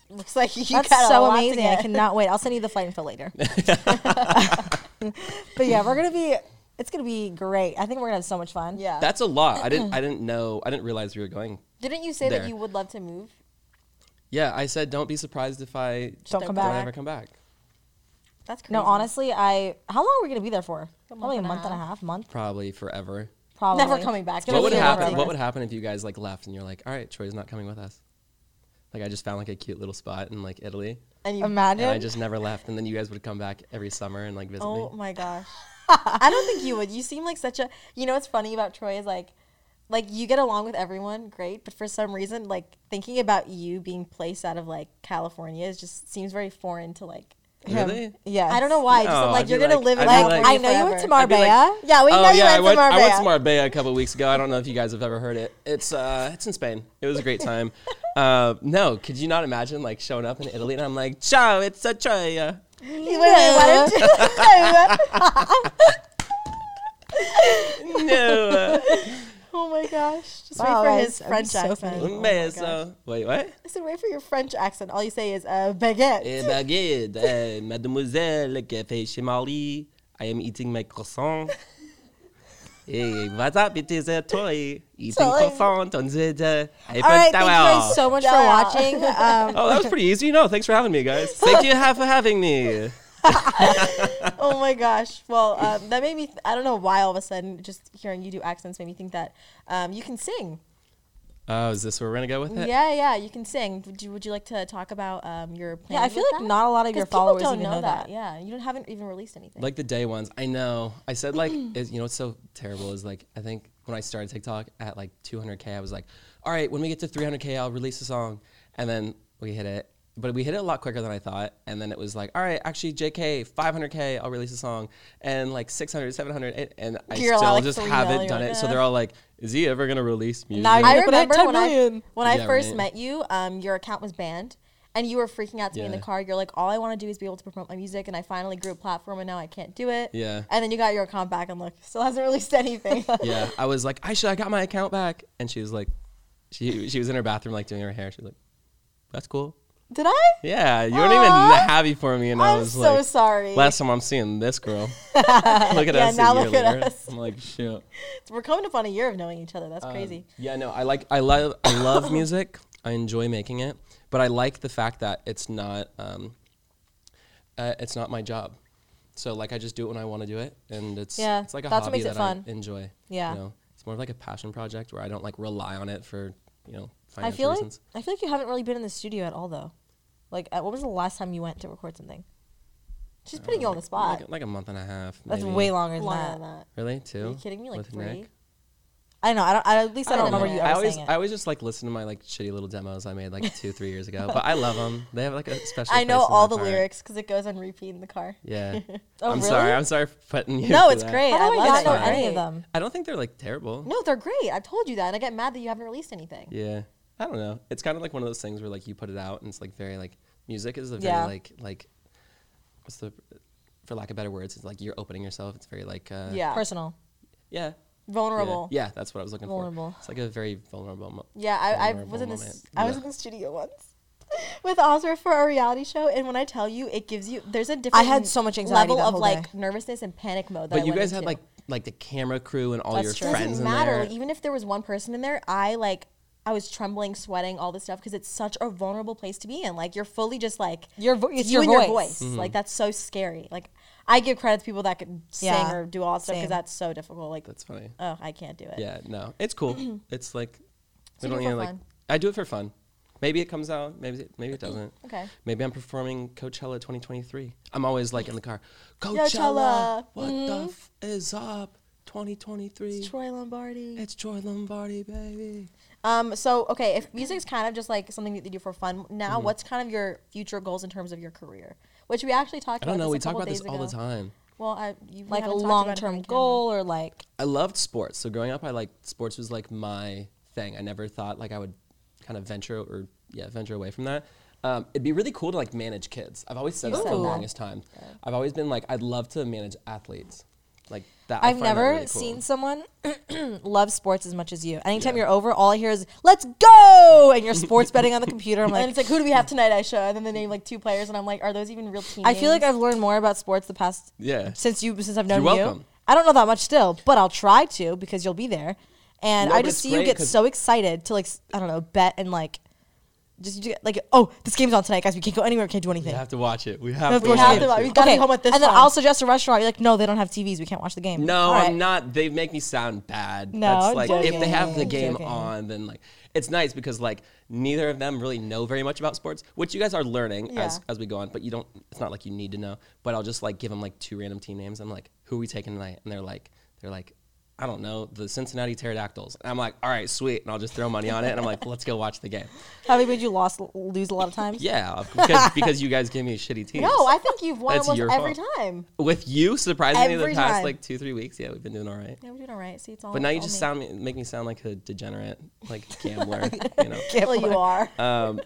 Looks like you
That's
got a
so
lot to
amazing. I
get.
cannot wait. I'll send you the flight info later. but yeah, we're gonna be. It's gonna be great. I think we're gonna have so much fun.
Yeah.
That's a lot. I didn't. I didn't know. I didn't realize we were going.
Didn't you say that
There.
you would love to move?
Yeah. I said, don't be surprised if I
Don't
Don't
come
go
don't
back.
ever come back.
That's crazy.
No, honestly, I. How long are we gonna be there for?
month
Probably a
and a
month and a
half.
half. Month.
Probably forever.
Probably.
Never coming back.
It's
What
gonna
would
be
happen?
forever.
What would happen if you guys like left and you're like, all right, Troy's not coming with us. Like I just found like a cute little spot in like Italy,
And you,
Imagine.
and I just never left. And then you guys would come back every summer and like visit
Oh
me.
my gosh. I don't think you would. You seem like such a you know what's funny about Troy is like like you get along with everyone, great, but for some reason like thinking about you being placed out of like California is just seems very foreign to like
Were they?
Yes.
I don't know why.
No,
Just I'm
Oh, I'd
like
be
you're gonna
like-
live in
I'd be
California
like-
I know you went to
forever.
I'd be like-
Marbella.
Yeah, we
oh
know you
yeah,
went to
I went.
Marbella.
I went to Marbella a couple weeks ago. I don't know if you guys have ever heard it. It's uh, it's in Spain. It was a great time. uh, no, could you not imagine like showing up in Italy and I'm like, ciao, it's a Troya.
Wait, wait, why don't you-
No, uh,
oh my gosh! Just
Wow,
wait for
guys,
his
that'd be
French
so
accent.
funny.
Oh my
mezzo.
gosh.
Wait, what?
I said, wait for your French accent. All you say is uh, baguette.
Eh, baguette, eh, mademoiselle, café chez Marie. I am eating my croissant. Eh, Hey, what's up? It is a toy. eh. Eating
Toy.
croissant on the- the iPhone
All right, thank you
tower.
guys so much for
Yeah.
watching. Um,
Oh, that was pretty easy. No, thanks for having me, guys. Thank you ha- for having me.
oh my gosh. Well, um, that made me, th- I don't know why all of a sudden just hearing you do accents made me think that um, you can sing.
Oh, is this where we're gonna go
Mm.
with it?
Yeah, yeah, you can sing. Would you, would you like to talk about um, your plan?
yeah, I feel like not a lot of your followers
don't
even
know, that.
that.
Yeah, you don't, haven't even released anything.
Like the day ones. I know. I said like, is, you know, what's so terrible is like, I think when I started TikTok at like 200k, I was like, all right, when we get to 300k, I'll release a song, and then we hit it. But we hit it a lot quicker than I thought, and then it was like, all right, actually, JK, 500k, I'll release a song, and like 600, 700, and- and I
You're
still
like
just
three
haven't
million,
done it. So
yeah.
they're all like, is he ever gonna release music?
Now
I
Yeah, but I had
remember
10
when I,
million.
when I
Yeah,
first
right.
met you, um, your account was banned. And you were freaking out to me in the
Yeah.
car. You're like, all I want to do is be able to promote my music, and I finally grew a platform, and now I can't do it.
Yeah.
And then you got your account back, and look, still hasn't released anything.
yeah, I was like, Aisha, I got my account back, and she was like, she she was in her bathroom like doing her hair. She was like, that's cool.
Did I?
Yeah, you weren't even happy for me, and i
I'm
was
so
like,
sorry.
Last time I'm seeing this girl. look at
Yeah,
us
now
a year
look at
later.
us.
I'm like, shit.
We're coming up on a year of knowing each other.
Uh,
That's crazy.
Yeah, no, I like, I love, I love music. I enjoy making it, but I like the fact that it's not, um, uh, it's not my job. So like, I just do it when I want to do it, and it's
Yeah,
it's like a
that's what
hobby
makes it
that I
fun.
enjoy.
Yeah.
you know? it's more of like a passion project where I don't like rely on it for you know
I
financial
feel like
reasons.
I feel like you haven't really been in the studio at all though. Like, uh, what was the last time you went to record something?
She's putting you on the spot.
Like, like a month and a half.
That's
maybe.
way longer than
Longer than
that.
that.
Really, two?
Are you kidding me? Like
With
three?
Nick?
I don't know. I don't. I, at least I, don't,
don't
remember
know.
you
I
ever
always,
saying it.
I always just like listen to my like shitty little demos I made like two, three years ago. But I love them. They have like a special.
I know
place in my
all the
heart.
lyrics because it goes on repeat in the car.
Yeah.
Oh,
I'm
really?
sorry. I'm sorry for putting you.
No,
through
it's
that.
great.
How do
I
I,
love
not
it.
know
Sorry.
any of them?
I don't think they're like terrible.
No, they're great. I told you that, and I get mad that you haven't released anything.
Yeah. I don't know. It's kind of like one of those things where like you put it out and it's like very like music is a very
Yeah.
like like what's the for lack of better words it's like you're opening yourself. It's very like uh,
Yeah.
Personal.
yeah. Yeah.
Vulnerable.
Yeah, that's what I was looking
Vulnerable.
for. It's like a very vulnerable. Mo-
Yeah, I, I
vulnerable
was in this.
moment.
I was
Yeah.
in the studio once with Ozra for a reality show, and when I tell you, it gives you there's a different.
I had so much anxiety
level
that
of
whole
like
day.
nervousness and panic mode. That I
But you
went
guys had
into.
like like the camera crew and all
That's
your
true.
friends
doesn't
in
matter.
there.
Like, even if there was one person in there, I like I was trembling, sweating, all this stuff because it's such a vulnerable place to be in. Like you're fully just like
Your vo- it's
you
your
and your
voice.
voice.
Mm-hmm.
Like that's so scary. Like I give credit to people that could
Yeah,
sing or do all that stuff
same.
because that's so difficult. Like
That's funny.
oh, I can't do it.
Yeah, no, it's cool. it's like
So you do it
even,
for
like
fun. Mm,
I do it for fun. Maybe it comes out. Maybe it, maybe it doesn't.
Okay.
Maybe I'm performing Coachella 2023. I'm always like in the car. Coachella,
Coachella. Mm-hmm.
what the f is up? 2023. It's Troy,
Troy Lombardi.
Lombardi, baby.
Um, so okay, if music's kind of just like something that you do for fun now,
Mm-hmm.
what's kind of your future goals in terms of your career? Which we actually talked.
I don't
about This
know. We
a
talk
couple
about this
days
all the
ago.
time.
Well, I, you, we
Like
haven't talked
a
about it on
long-term
camera.
goal or like
I loved sports. So growing up, I like sports was like my thing. I never thought like I would kind of venture or yeah venture away from that. Um, it'd be really cool to like manage kids. I've always said
You
that for
said
the
that.
longest time. I've always been like I'd love to manage athletes, like that. I
I've
find that
never
really cool.
seen someone love sports as much as you. Anytime
Yeah.
you're over, all I hear is "Let's go!" and you're sports betting on the computer. I'm
and
like,
it's like, who do we have tonight? I show, and then they name like two players, and I'm like, are those even real teams?
I feel like I've learned more about sports the past
Yeah.
since you since I've known
You're
you.
welcome.
I don't know that much still, but I'll try to because you'll be there. And
No,
I
but
just
it's
see you
great
get
'cause-
so excited to like s- I don't know bet and like just do- like oh this game's on tonight guys we can't go anywhere we can't do anything.
We have to watch it. We have,
We
to.
have
watch
to
it.
watch- we gotta be home at this
and then
time.
I'll suggest a restaurant. You're like, no, they don't have TVs. We can't watch the game.
No,
All right.
I'm not. They make me sound bad.
No,
That's
I'm
like if they
joking.
have the
I'm
game
joking.
on, then like it's nice because like neither of them really know very much about sports, which you guys are learning as
Yeah.
as we go on. But you don't. It's not like you need to know. But I'll just like give them like two random team names. I'm like, who are we taking tonight? And they're like, they're like, I don't know, the Cincinnati Pterodactyls. And I'm like, all right, sweet. And I'll just throw money on it. And I'm like, let's go watch the game.
Have they made you lost lose a lot of times?
Yeah, because, because you guys give me shitty teams.
No, I think you've won
That's
almost
your
every
fault.
time.
With you, surprisingly, the
Every
past
time.
like two, three weeks, yeah, we've been doing all right.
Yeah, we're doing all right. See, it's all.
But now you
it's
just
all
sound me- make me sound like a degenerate, like gambler. you know.
me. Well, you are.
Um,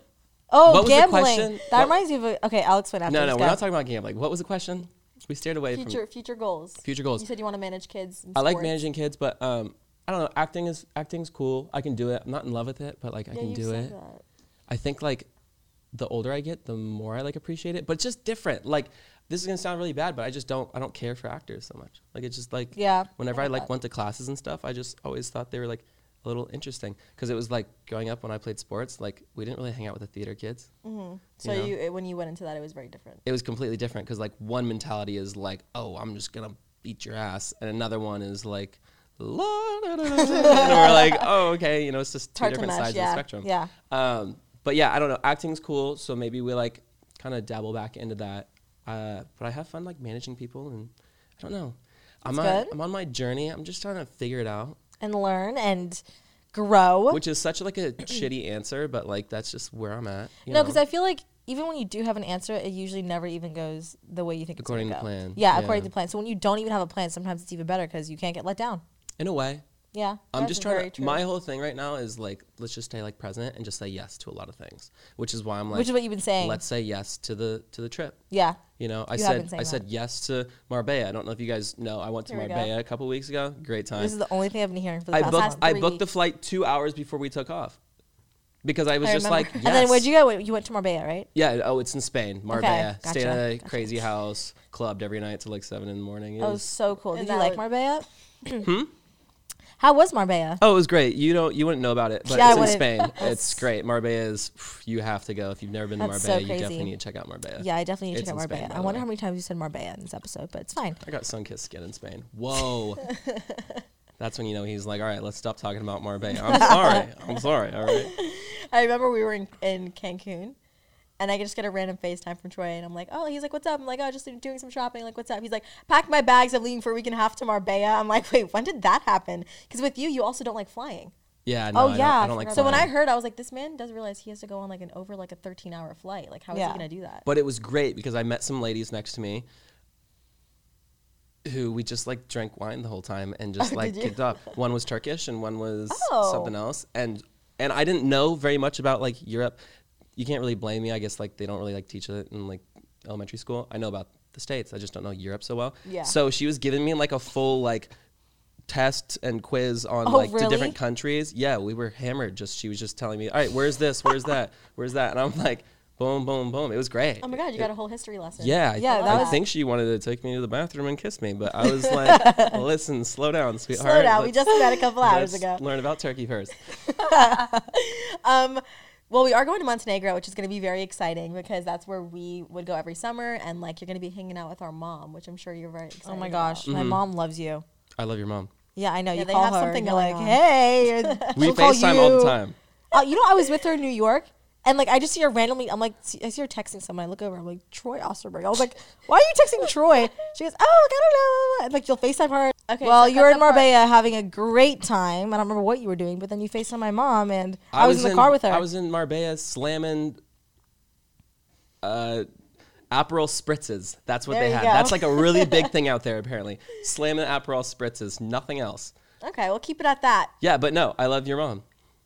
Oh,
What was the
gambling.
question?
That
What-
reminds me of a, okay. I'll explain after.
no,
this,
no,
go.
we're not talking about gambling. What was the question? We steered away
future
from
future goals.
future goals.
You said you want to manage kids. and
I like
sports.
managing kids, but um, I don't know. Acting is acting's cool. I can do it. I'm not in love with it, but like I
Yeah,
can
you
do
said
it.
that.
I think like the older I get, the more I like appreciate it. But it's just different. Like this is gonna sound really bad, but I just don't. I don't care for actors so much. Like it's just like
Yeah,
Whenever I,
get
like
that.
went to classes and stuff, I just always thought they were like a little interesting because it was like growing up when I played sports, like we didn't really hang out with the theater kids.
So
you know?
you, it- when you went into that, it was very different.
It was completely different because like one mentality is like, oh, I'm just gonna beat your ass, and another one is like. La, da, da, da, da. and we're like, oh, okay, you know, it's just two
hard to
different
mesh,
sides of
yeah,
the spectrum.
yeah.
Um, but yeah, I don't know. Acting's cool, so maybe we like kind of dabble back into that. Uh, but I have fun like managing people, and I don't know. I'm on,
good.
I'm on my journey. I'm just trying to figure it out,
and learn and grow.
which is such like a shitty answer, but like that's just where I'm at. You
no,
know?
because I feel like even when you do have an answer, it usually never even goes the way you think.
According
it's
to
gonna go.
plan,
Yeah,
yeah.
according to plan. So when you don't even have a plan, sometimes it's even better because you can't get let down.
in a way,
Yeah,
I'm
that's
just trying
very
to.
true.
My whole thing right now is like, let's just stay like present and just say yes to a lot of things, which is why I'm like,
Which is what you've been saying.
Let's say yes to the to the trip.
yeah,
You know, I
You have been
said I
saying
said yes to Marbella. I don't know if you guys know. I went to
Here we go.
Marbella a couple weeks ago. Great time.
this is the only thing I've been hearing for the
I
past
booked
month.
I
three
booked the
weeks. flight
flight two hours before we took off because I was
I
just
remember.
like,
And
yes.
And then where'd you go? You went to Marbella, right?
Yeah. Oh, it's in Spain, Marbella.
gotcha,
Stayed at a
gotcha. Oh,
crazy house, clubbed every night till like seven in the morning. It
That was
was,
so cool.
And
Did you
that was-
like Marbella? How was Marbella?
oh, it was great. You don't you wouldn't know about it, but
Yeah, I
it's in
wouldn't.
Spain. it's
That's-
great. Marbella is you have to go if you've never been to
That's
Marbella.
so
you
crazy.
definitely need to check out Marbella.
Yeah, I definitely need to
It's
check out
in Spain,
Marbella.
by
I
the
wonder
way.
how many times you said Marbella in this episode, but it's fine.
I got sunkissed skin in Spain. Whoa. That's when you know he's like, all right, let's stop talking about Marbella. I'm sorry. I'm sorry. All right.
I remember we were in, in Cancun, and I just get a random FaceTime from Troy, and I'm like, oh, he's like, what's up? I'm like, oh, just doing some shopping. Like, what's up? He's like, pack my bags. I'm leaving for a week and a half to Marbella. I'm like, wait, when did that happen? Because with you, you also don't like flying.
Yeah. No, I
Oh,
don't-
yeah,
I
I
don't like
forgot
So when I
flying.
heard, I was like, this man doesn't realize he has to go on like an over like a 13 hour flight. Like, how is
Yeah.
he gonna do that?
But it was great because I met some ladies next to me who we just like drank wine the whole time and just like
you?
kicked up. One was Turkish and one was
Oh.
something else. And and I didn't know very much about like Europe. You can't really blame me. I guess like they don't really like teach it in like elementary school. I know about the States. I just don't know Europe so well.
Yeah.
So she was giving me like a full like test and quiz on
Oh,
like the
really?
different countries. Yeah, we were hammered. Just she was just telling me, all right, where's this? Where's that? Where's that? And I'm like, boom, boom, boom. It was great.
oh my god, you
It-
got a whole history lesson.
yeah,
Yeah,
I,
that
I
was-
think she wanted to take me to the bathroom and kiss me, but I was like, "Listen, slow down, sweetheart.
Slow down. We
Let's-
just met a couple hours
let's
ago.
Learn about Turkey first.
Well, we are going to Montenegro, which is going to be very exciting because that's where we would go every summer, and like you're going to be hanging out with our mom, which I'm sure you're very excited.
Oh my
about.
gosh,
Mm-hmm.
my mom loves you.
I love your mom.
Yeah, I know.
Yeah,
you
they
call
have
her
something
and you're
going
like,
on.
hey.
We
she'll call
FaceTime all the
you.
time.
Uh, you know, I was with her in New York, and like I just see her randomly. I'm like, see- I see her texting someone. I look over. I'm like, Troy Osterberg. I was like, why are you texting Troy? She goes, oh, like, I don't know. And, like you'll Facetime her.
Okay,
Well,
so
you were
cut
in
the part.
Marbella having a great time. I don't remember what you were doing, but then you Facetime my mom, and I, was, in the car with her.
I was in Marbella slamming uh, Aperol spritzes. That's what
There
they
you
had.
go.
That's like a really big thing out there, apparently. Slamming Aperol spritzes, nothing else.
Okay, we'll keep it at that.
Yeah, but no, I love your mom,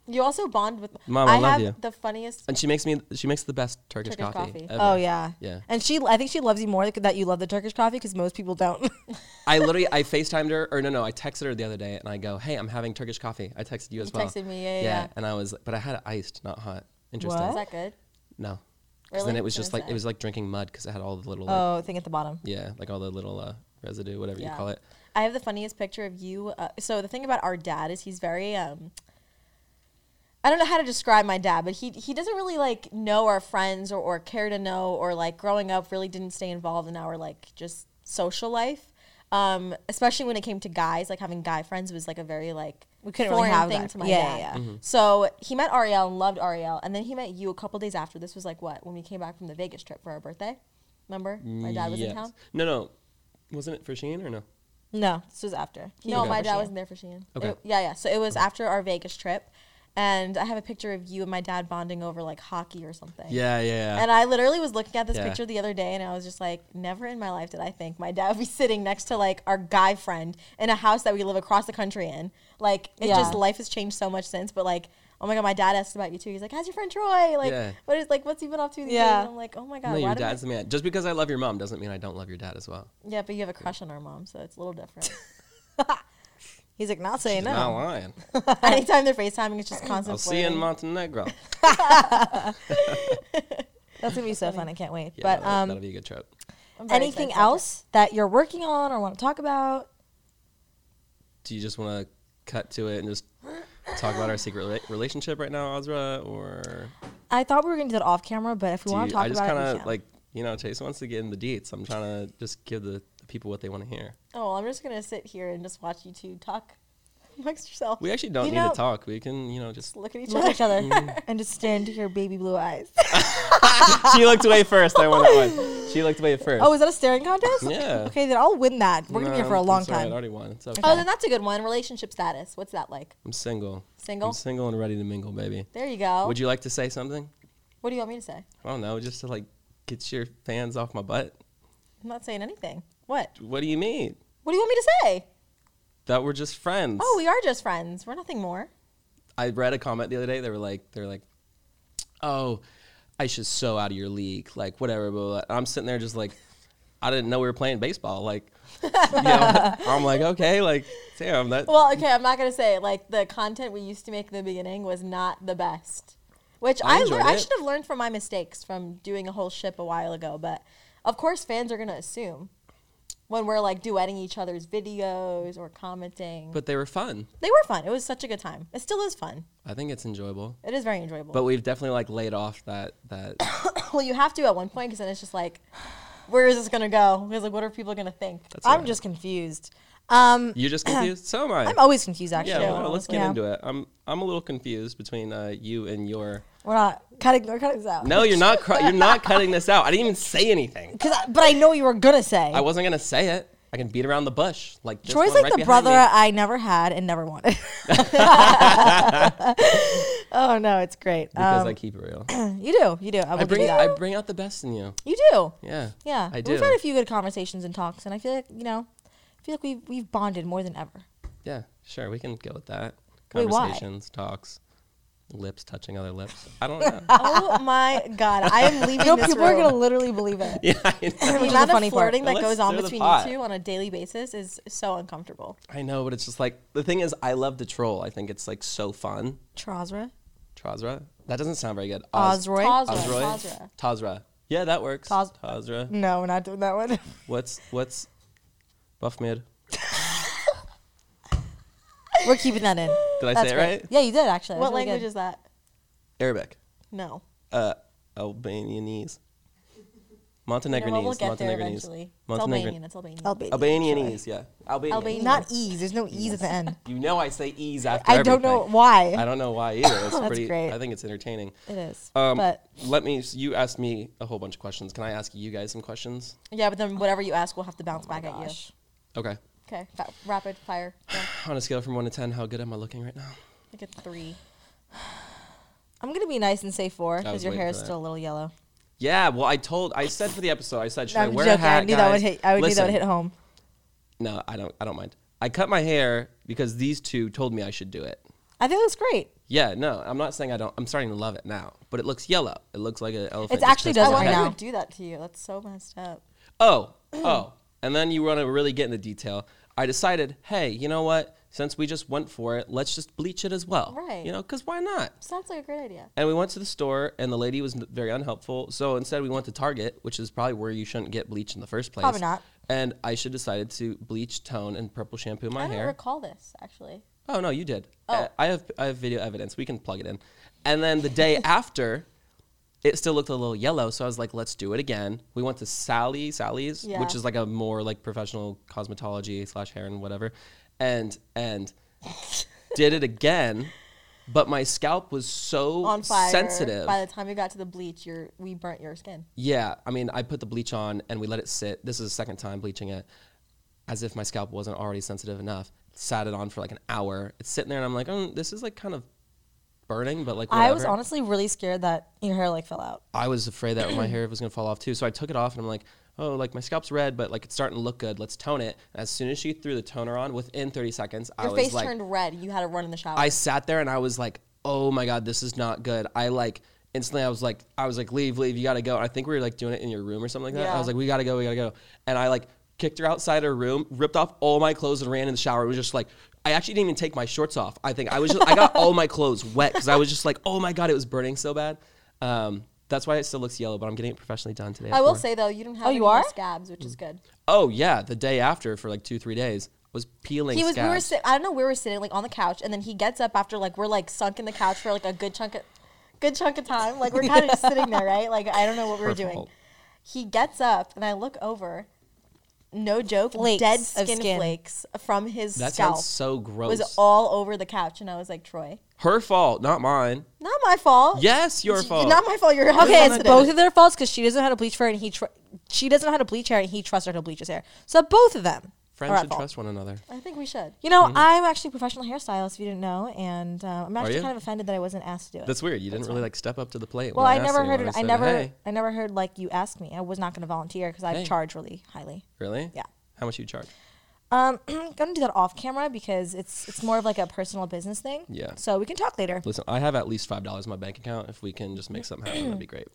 You also bond with
Mom, I love
have
you.
the funniest.
and she makes me. She makes the best Turkish,
Turkish
coffee.
coffee.
ever.
Oh yeah,
Yeah.
And she, I think she loves you more that you love the Turkish coffee because most people don't.
I literally I FaceTimed her or no no I texted her the other day and I go hey I'm having Turkish coffee I texted you as well
texted me, yeah, yeah, yeah.
and I was but I had it iced not hot interesting
What?
Is that good?
no 'Cause
Really?
then it was
What
just
is
like
that?
it was like drinking mud because it had all the little like,
oh, thing at the bottom.
yeah like all the little uh, residue whatever you
Yeah.
call it
I have the funniest picture of you. Uh, so the thing about our dad is he's very um I don't know how to describe my dad, but he he doesn't really like know our friends or, or care to know or like growing up really didn't stay involved in our like just social life. Um, especially when it came to guys, like having guy friends was like a very like
We couldn't really have
thing
that.
to my
Yeah,
dad.
yeah, Mm-hmm. yeah.
So he met Ariel and loved Ariel, and then he met you a couple days after. This was like what when we came back from the Vegas trip for our birthday. Remember, my dad was in
Yes.
town.
no no wasn't it for Sheen or no
No.
This was after.
He
no,
was
my
there for
dad
Shein.
wasn't there for Shein.
Okay.
It- yeah, yeah. So it was after our Vegas trip, and I have a picture of you and my dad bonding over like hockey or something.
Yeah, yeah, yeah.
And uh, I literally was looking at this
Yeah.
picture the other day, and I was just like, never in my life did I think my dad would be sitting next to like our guy friend in a house that we live across the country in. Like, it
Yeah.
just life has changed so much since. But like, oh my god, my dad asked about you too. He's like, how's your friend Troy? Like,
Yeah.
what is like, what's he been up to? These
Yeah.
days? And I'm like, oh my god,
no,
why
your
did my-
dad's the man. Just because I love your mom doesn't mean I don't love your dad as well.
yeah, but you have a crush on our mom, so it's a little different.
He's like, not saying
He's Not
no.
lying.
Anytime they're FaceTiming, it's just constant.
I'll see you in
flirting.
Montenegro.
That's gonna be so fun. I can't wait.
Yeah,
but
that'll-
um,
that'll be a good trip.
I'm very
anything
excited for that.
else that you're working on or want to talk about?
Do you just want to cut to it and just talk about our secret rela- relationship right now, Azra, or
I thought we were gonna do that off camera, but if we
do
want
you-
to talk
I just
about
kinda,
it, we can.
like you know Chase wants to get in the deets. I'm trying to just give the, the people what they want to hear.
Oh, well, I'm just gonna sit here and just watch you two talk amongst yourself.
We actually don't
You
need
know-
to talk. We can you know just
just look at each
look
other.
at each other and just stare into your baby blue eyes.
she looked away first. I won that one. She looked away first.
oh, is that a staring contest?
Yeah.
Okay, then I'll win that. We're gonna be here
No,
for a
I'm
long
sorry,
time.
I already won. It's okay.
Oh, then that's a good one. Relationship status. What's that like?
I'm single.
Single?
I'm single and ready to mingle, baby.
There you go.
Would you like to say something?
what do you want me to say?
I don't know, just to like get your fans off my butt.
I'm not saying anything. What?
What do you mean?
What do you want me to say?
That we're just friends.
Oh, we are just friends. We're nothing more.
I read a comment the other day. They were like, they were like, oh, I should so out of your league, like whatever. Blah, blah. blah. I'm sitting there just like, I didn't know we were playing baseball. Like, you know, I'm like, okay, like, damn, that.
Well, okay, I'm not gonna say it. like the content we used to make in the beginning was not the best, which
I
I lear-
enjoyed
I
it.
should have learned from my mistakes from doing a whole ship a while ago. But of course, fans are gonna assume when we're like duetting each other's videos or commenting.
but they were fun.
they were fun. It was such a good time. It still is fun.
I think it's enjoyable.
It is very enjoyable.
But we've definitely like laid off that that.
well, you have to at one point because then it's just like, where is this gonna go? Because like, what are people gonna think?
I'm just confused. Um,
You're just confused. so am I.
I'm always confused actually.
yeah, well, let's get
Yeah.
into it. I'm I'm a little confused between uh, you and your.
We're not cutting. We're cutting this out.
No, you're not. Cr- you're not cutting this out. I didn't even say anything.
'Cause I- but I know you were gonna say.
I wasn't gonna say it. I can beat around the bush. Like this
Troy's
one
like
right
the
behind
brother
me.
I never had and never wanted. oh no, it's great.
because
Um,
I keep it real.
you do, you do. I, will
I
give you
bring
that.
I bring out the best in you.
you do.
Yeah.
Yeah,
I do.
We've had a few good conversations and talks, and I feel like you know, I feel like we we've bonded more than ever.
yeah, sure. We can go with that.
Wait, why?
Conversations, talks, lips touching other lips. I don't know.
oh my god, I am leaving.
You know,
this
people are
room.
gonna literally believe it.
yeah, I know.
Which
the
is
amount
the funny
of
part.
flirting that
Let's
goes on
stir the
between
pot.
you two on a daily basis is so uncomfortable.
I know, but it's just like the thing is, I love to troll. I think it's like so fun.
Trozra,
Trazra. That doesn't sound very good.
Osroy.
Tazra.
Osroy.
Tazra.
Tazra. Yeah, that works.
Taz- Mm.
Tazra.
No, we're not doing that one.
What's what's buff mid?
we're keeping that in.
Did I
That's
say it
great.
right?
Yeah, you did actually.
What language is that?
Arabic.
No.
Uh, Albanianese. Montenegrinese.
You know what, we'll get there
Montenegrinese.
eventually. It's
Montenegrin-
Albanian. It's Albanian.
Albanian?
Albanianese, yeah. Albanian.
Albanian.
Not e's. There's no e's at the end.
You know I say ease after
I don't know
everything.
why.
I don't know why either. That's, pretty
great.
I think it's entertaining.
It is.
Um,
but
let me you asked me a whole bunch of questions. Can I ask you guys some questions?
yeah, but then whatever you ask, we'll have to
Oh
bounce back
Okay.
at you. Okay. fa- rapid fire. Go.
On a scale from 1 to 10, how good am I looking right now?
Like a three.
I'm gonna be nice and say four because
was
your
waiting
hair
for
is
that.
still a little yellow.
Yeah, well I told I said for the episode, I said should I
I'm
wear
joking.
a hat?
I knew that would
guys?
hit. I would knew that
Listen,
would hit home.
No, I don't I don't mind. I cut my hair because these two told me I should do it.
I think it looks great.
Yeah, no, I'm not saying I don't. I'm starting to love it now, but it looks yellow. It looks like an elephant. just
actually
pissed on
doesn't right
my head.
now.
Who would do that to you? That's so messed up.
Oh, oh. And then you want to really get into detail. I decided, hey, you know what? Since we just went for it, let's just bleach it as well.
Right.
You know, because why not?
Sounds like a great idea.
And we went to the store, and the lady was n- very unhelpful. So instead, we went to Target, which is probably where you shouldn't get bleach in the first place.
Probably not.
And I should decided to bleach, tone, and purple shampoo my
I don't
hair.
recall this actually.
Oh no, you did. Uh, I have I have video evidence. We can plug it in. And then the day after, it still looked a little yellow. So I was like, let's do it again. We went to Sally Sally's,
Yeah.
which is like a more like professional cosmetology slash hair and whatever, and and did it again. But my scalp was so
On fire.
sensitive.
By the time we got to the bleach, your we burnt your skin.
Yeah, I mean, I put the bleach on and we let it sit. This is the second time bleaching it. as if my scalp wasn't already sensitive enough. Sat it on for like an hour. It's sitting there, and I'm like, oh, this is like kind of burning, but like whatever.
I was honestly really scared that your hair like fell out.
I was afraid that my hair was gonna fall off too. So I took it off and I'm like, oh, like my scalp's red, but like it's starting to look good. Let's tone it. And as soon as she threw the toner on, within 30 seconds, I
Your
was
face
like,
turned red. You had to run in the shower.
I sat there and I was like, oh my god, this is not good. I like instantly I was like, I was like, leave, leave, you gotta go. I think we were like doing it in your room or something like that. I
Yeah.
was like, we gotta go, we gotta go. And I like kicked her outside her room, ripped off all my clothes and ran in the shower. It was just like I actually didn't even take my shorts off. I think I was just I got all my clothes wet because I was just like, oh my god, it was burning so bad. Um, that's why it still looks yellow, but I'm getting it professionally done today. at
I will
four.
say though, you didn't have
Oh,
any
you
more
are?
scabs, which is good.
Oh yeah, the day after for like two three days was peeling.
He was. We were.
scabs.
Sit, I don't know. We were sitting like on the couch, and then he gets up after like we're like sunk in the couch for like a good chunk of, good chunk of time. Like we're kind of just sitting there, right? Like I don't know what we were doing.
Purple.
He gets up, and I look over. No joke,
Flakes
dead
of
skin,
skin.
flakes from his
That
scalp
sounds so gross.
was all over the couch, and I was like, Troy,
Her fault, not mine.
not my fault.
Yes, your
It's
fault.
Not my fault. You're
Okay, it's both of their faults because she doesn't know how to bleach for hair and he tr- she doesn't know how to bleach hair and he trusts her to bleach his hair. So both of them
Friends
are
should
at fault.
trust Mm-hmm. one another.
I think we should.
You know, I'm actually a professional hairstylist. If you didn't know, and uh, I'm actually
you?
kind of offended that I wasn't asked to do it.
That's weird. You didn't really like step up to the plate.
well,
when
I
asked
never
anyone.
heard. it. I
said,
never.
"Hey."
I never heard like you asked me. I was not going to volunteer because I
Hey.
charge really highly.
Really?
Yeah.
How much you charge?
Um, I'm gonna do that off camera because it's it's more of like a personal business thing.
Yeah.
So we can talk later.
Listen, I have at least five dollars in my bank account. If we can just make something happen, that'd be great.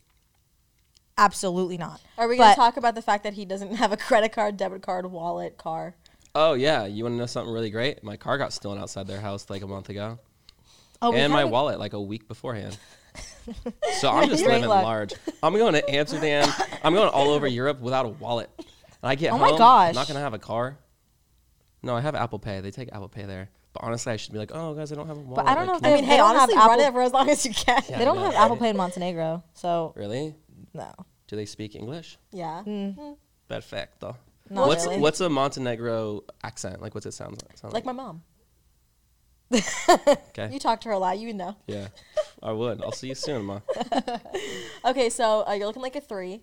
Absolutely not.
Are we going
But-
to talk about the fact that he doesn't have a credit card, debit card, wallet, car?
Oh yeah, you want to know something really great? My car got stolen outside their house like a month ago,
Oh, we
and my
haven't-
wallet like a week beforehand. so I'm just
Great
living
luck.
large. I'm going to Amsterdam. I'm going all over Europe without a wallet. And I get
Oh
home.
my gosh.
Not gonna have a car. No, I have Apple Pay. They take Apple Pay there. But honestly, I should be like, oh guys, I don't have a wallet.
I don't
Like,
know if
can you-
I mean,
They
hey,
don't have
honestly, run
Apple-
it for as long as you can.
Yeah,
They don't
no,
have
right?
Apple Pay in Montenegro, so
Really?
no.
Do they speak English?
Yeah.
Mm.
Perfecto.
Not
what's
really.
what's a Montenegro accent? Like what's it sound like? Sound
Like my mom.
okay.
You talk to her a lot. You would know.
yeah. I would. I'll see you soon, Ma.
Okay, so uh, you're looking like a three.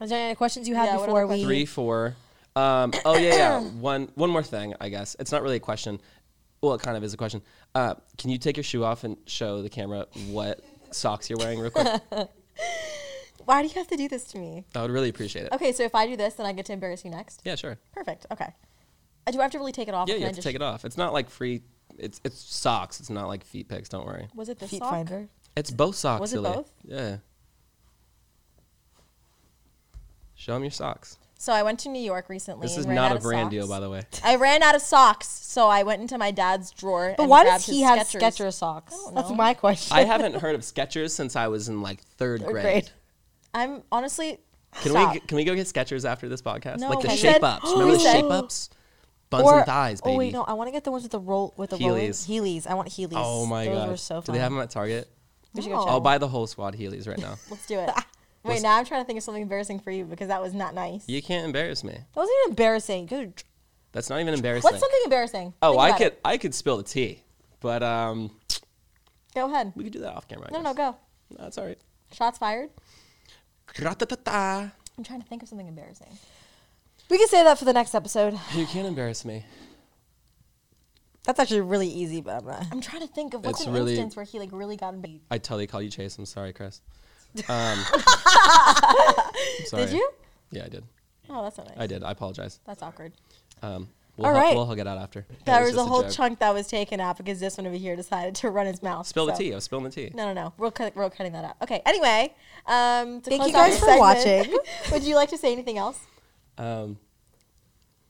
Is there any questions you have
Yeah, what
before
other
we?
Three, four. Um, oh yeah, yeah. One one more thing, I guess. It's not really a question. Well, it kind of is a question. Uh, can you take your shoe off and show the camera what socks you're wearing real quick?
Why do you have to do this to me?
I would really appreciate it.
Okay, so if I do this, then I get to embarrass you next.
Yeah, sure.
Perfect. Okay. Uh, do I have to really take it off?
Yeah,
or
you
can I
have to
just-
take it off. It's not like free it's it's socks. It's not like feet pics, don't worry.
Was it the
Feet
sock?
finder.
It's both socks.
Was it
Lily.
both?
Yeah. Show them your socks.
So I went to New York recently.
This
and
is
ran
not
out
a
of
brand
socks.
deal, by the way.
I ran out of socks, so I went into my dad's drawer.
But
and
why
grabbed
does he
his
have
Skechers.
Skechers socks?
don't
That's
know.
my question.
I haven't heard of Skechers since I was in like third, grade.
grade.
I'm honestly.
Can
stop.
we g- can we go get Skechers after this podcast?
No,
like the
we
shape
said-
ups.
we
Remember the
said-
shape ups? Buns
Or-
and thighs, baby.
Oh wait, no, I want to get the ones with the roll with the
Heelys.
rolling Heelys. I want Heelys.
Oh my
Those
god.
were so
Do
fun.
they have them at Target?
We should
No.
go check.
I'll buy the whole squad Heelys right now.
Let's do it. Wait, now I'm trying to think of something embarrassing for you because that was not nice.
you can't embarrass me.
That wasn't even embarrassing. Good.
That's not even embarrassing.
What's something embarrassing?
oh,
Think
I
about
could
it.
I could spill the tea. But um
Go ahead.
we could do that off camera. I
No, no,
guess.
go.
No, it's all right.
Shots fired.
Ra-ta-ta-ta.
I'm trying to think of something embarrassing.
We can say that for the next episode.
You can't embarrass me.
That's actually really easy, but I'm not.
I'm trying to think of what's
It's
an
really-
instance where he like really got embarrassed.
I totally called you Chase. I'm sorry, Chris. Um, sorry.
Did you?
Yeah, I did.
Oh, that's not nice.
I did. I apologize.
That's awkward.
Um, we'll,
All
hug-
right.
we'll hug it out after. It
There
was
was, a
just
whole
joke.
chunk that was taken out because this one over here decided to run his mouth.
Spill
so-
the tea. I was spilling the tea.
No, no, no. We're, cut, we're cutting that out. Okay. Anyway, um, to
Thank
close
you
out
guys
this
for
segment, would you like to say anything else?
Um,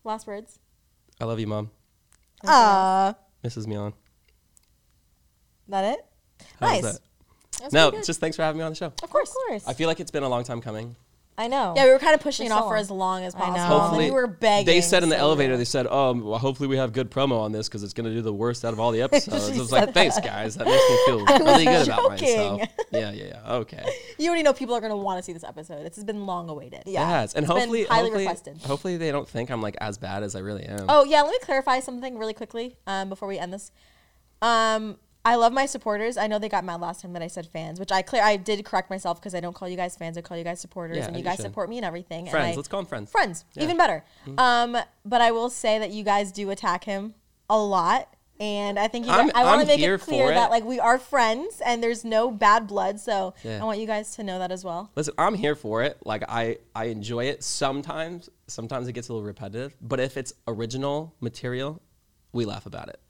Last words.
I love you, Mom.
Uh,
Mrs. Mion.
that it?
How was
nice.
that?
That was
No,
pretty good.
just thanks for having me on the show.
of course.
I feel like it's been a long time coming.
I know.
Yeah, we were kind of pushing
For
it
so
off for
long.
as long as
I know.
possible.
Hopefully,
Oh, and we were begging.
They said in the
so-
elevator, they said, "Oh, well, hopefully we have good promo on this because it's going to do the worst out of all the episodes." I was like, "Thanks, guys. That makes me feel really good about myself."
joking.
Yeah, yeah, yeah. Okay.
You already know people are going to want to see this episode. It's been long awaited.
Yeah.
Yes, and
been
hopefully,
highly
hopefully,
requested.
hopefully they don't think I'm like as bad as I really am.
Oh yeah, let me clarify something really quickly um, before we end this. Um, I love my supporters. I know they got mad last time that I said fans, which I clear I did correct myself because I don't call you guys fans. I call you guys supporters,
Yeah,
and you
you
guys
should.
support me and everything.
Friends,
and I,
let's call them friends.
Friends,
Yeah. Mm-hmm.
even better. Um, but I will say that you guys do attack him a lot. And I think you guys,
I'm-
I want to
I'm
make
here
it
for
clear
it.
that like we are friends and there's no bad blood. So
Yeah.
I want you guys to know that as well.
Listen, I'm here for it. Like I, I enjoy it sometimes. Sometimes it gets a little repetitive, but if it's original material, we laugh about it.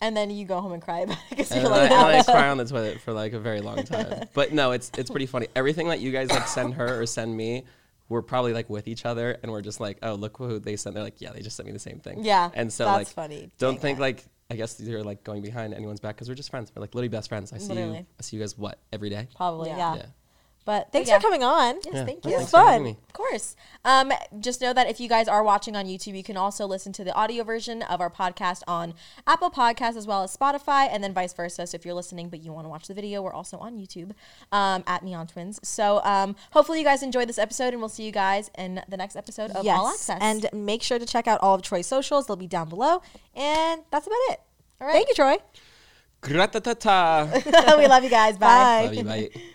And then you go home and cry about it 'cause
And
you're
I,
like, "Oh,
and I cry on the toilet for like a very long time. But no, it's it's pretty funny. Everything that you guys like send her or send me, we're probably like with each other, and we're just like, oh, look who they sent. They're like, yeah, they just sent me the same thing.
Yeah,
and so
that's
like,
funny.
Don't
Dang
think
that.
like I guess you're like going behind anyone's back because we're just friends. We're like literally best friends. I see you.
Literally.
I see you guys what every day.
probably,
Yeah.
yeah.
Yeah.
But
Thanks
but yeah.
for coming on.
Yeah.
Thank
no,
you.
thanks for having me.
Of course. Um, just know that if you guys are watching on YouTube, you can also listen to the audio version of our podcast on Apple Podcasts as well as Spotify, and then vice versa. So if you're listening but you want to watch the video, we're also on YouTube um, at Neon Twins. So um, hopefully you guys enjoyed this episode, and we'll see you guys in the next episode of All Access.
And make sure to check out all of Troy's socials. They'll be down below. And that's about it. All right. Thank you, Troy.
Gratatata.
we love you guys. Bye.
Bye.
Love you, bye.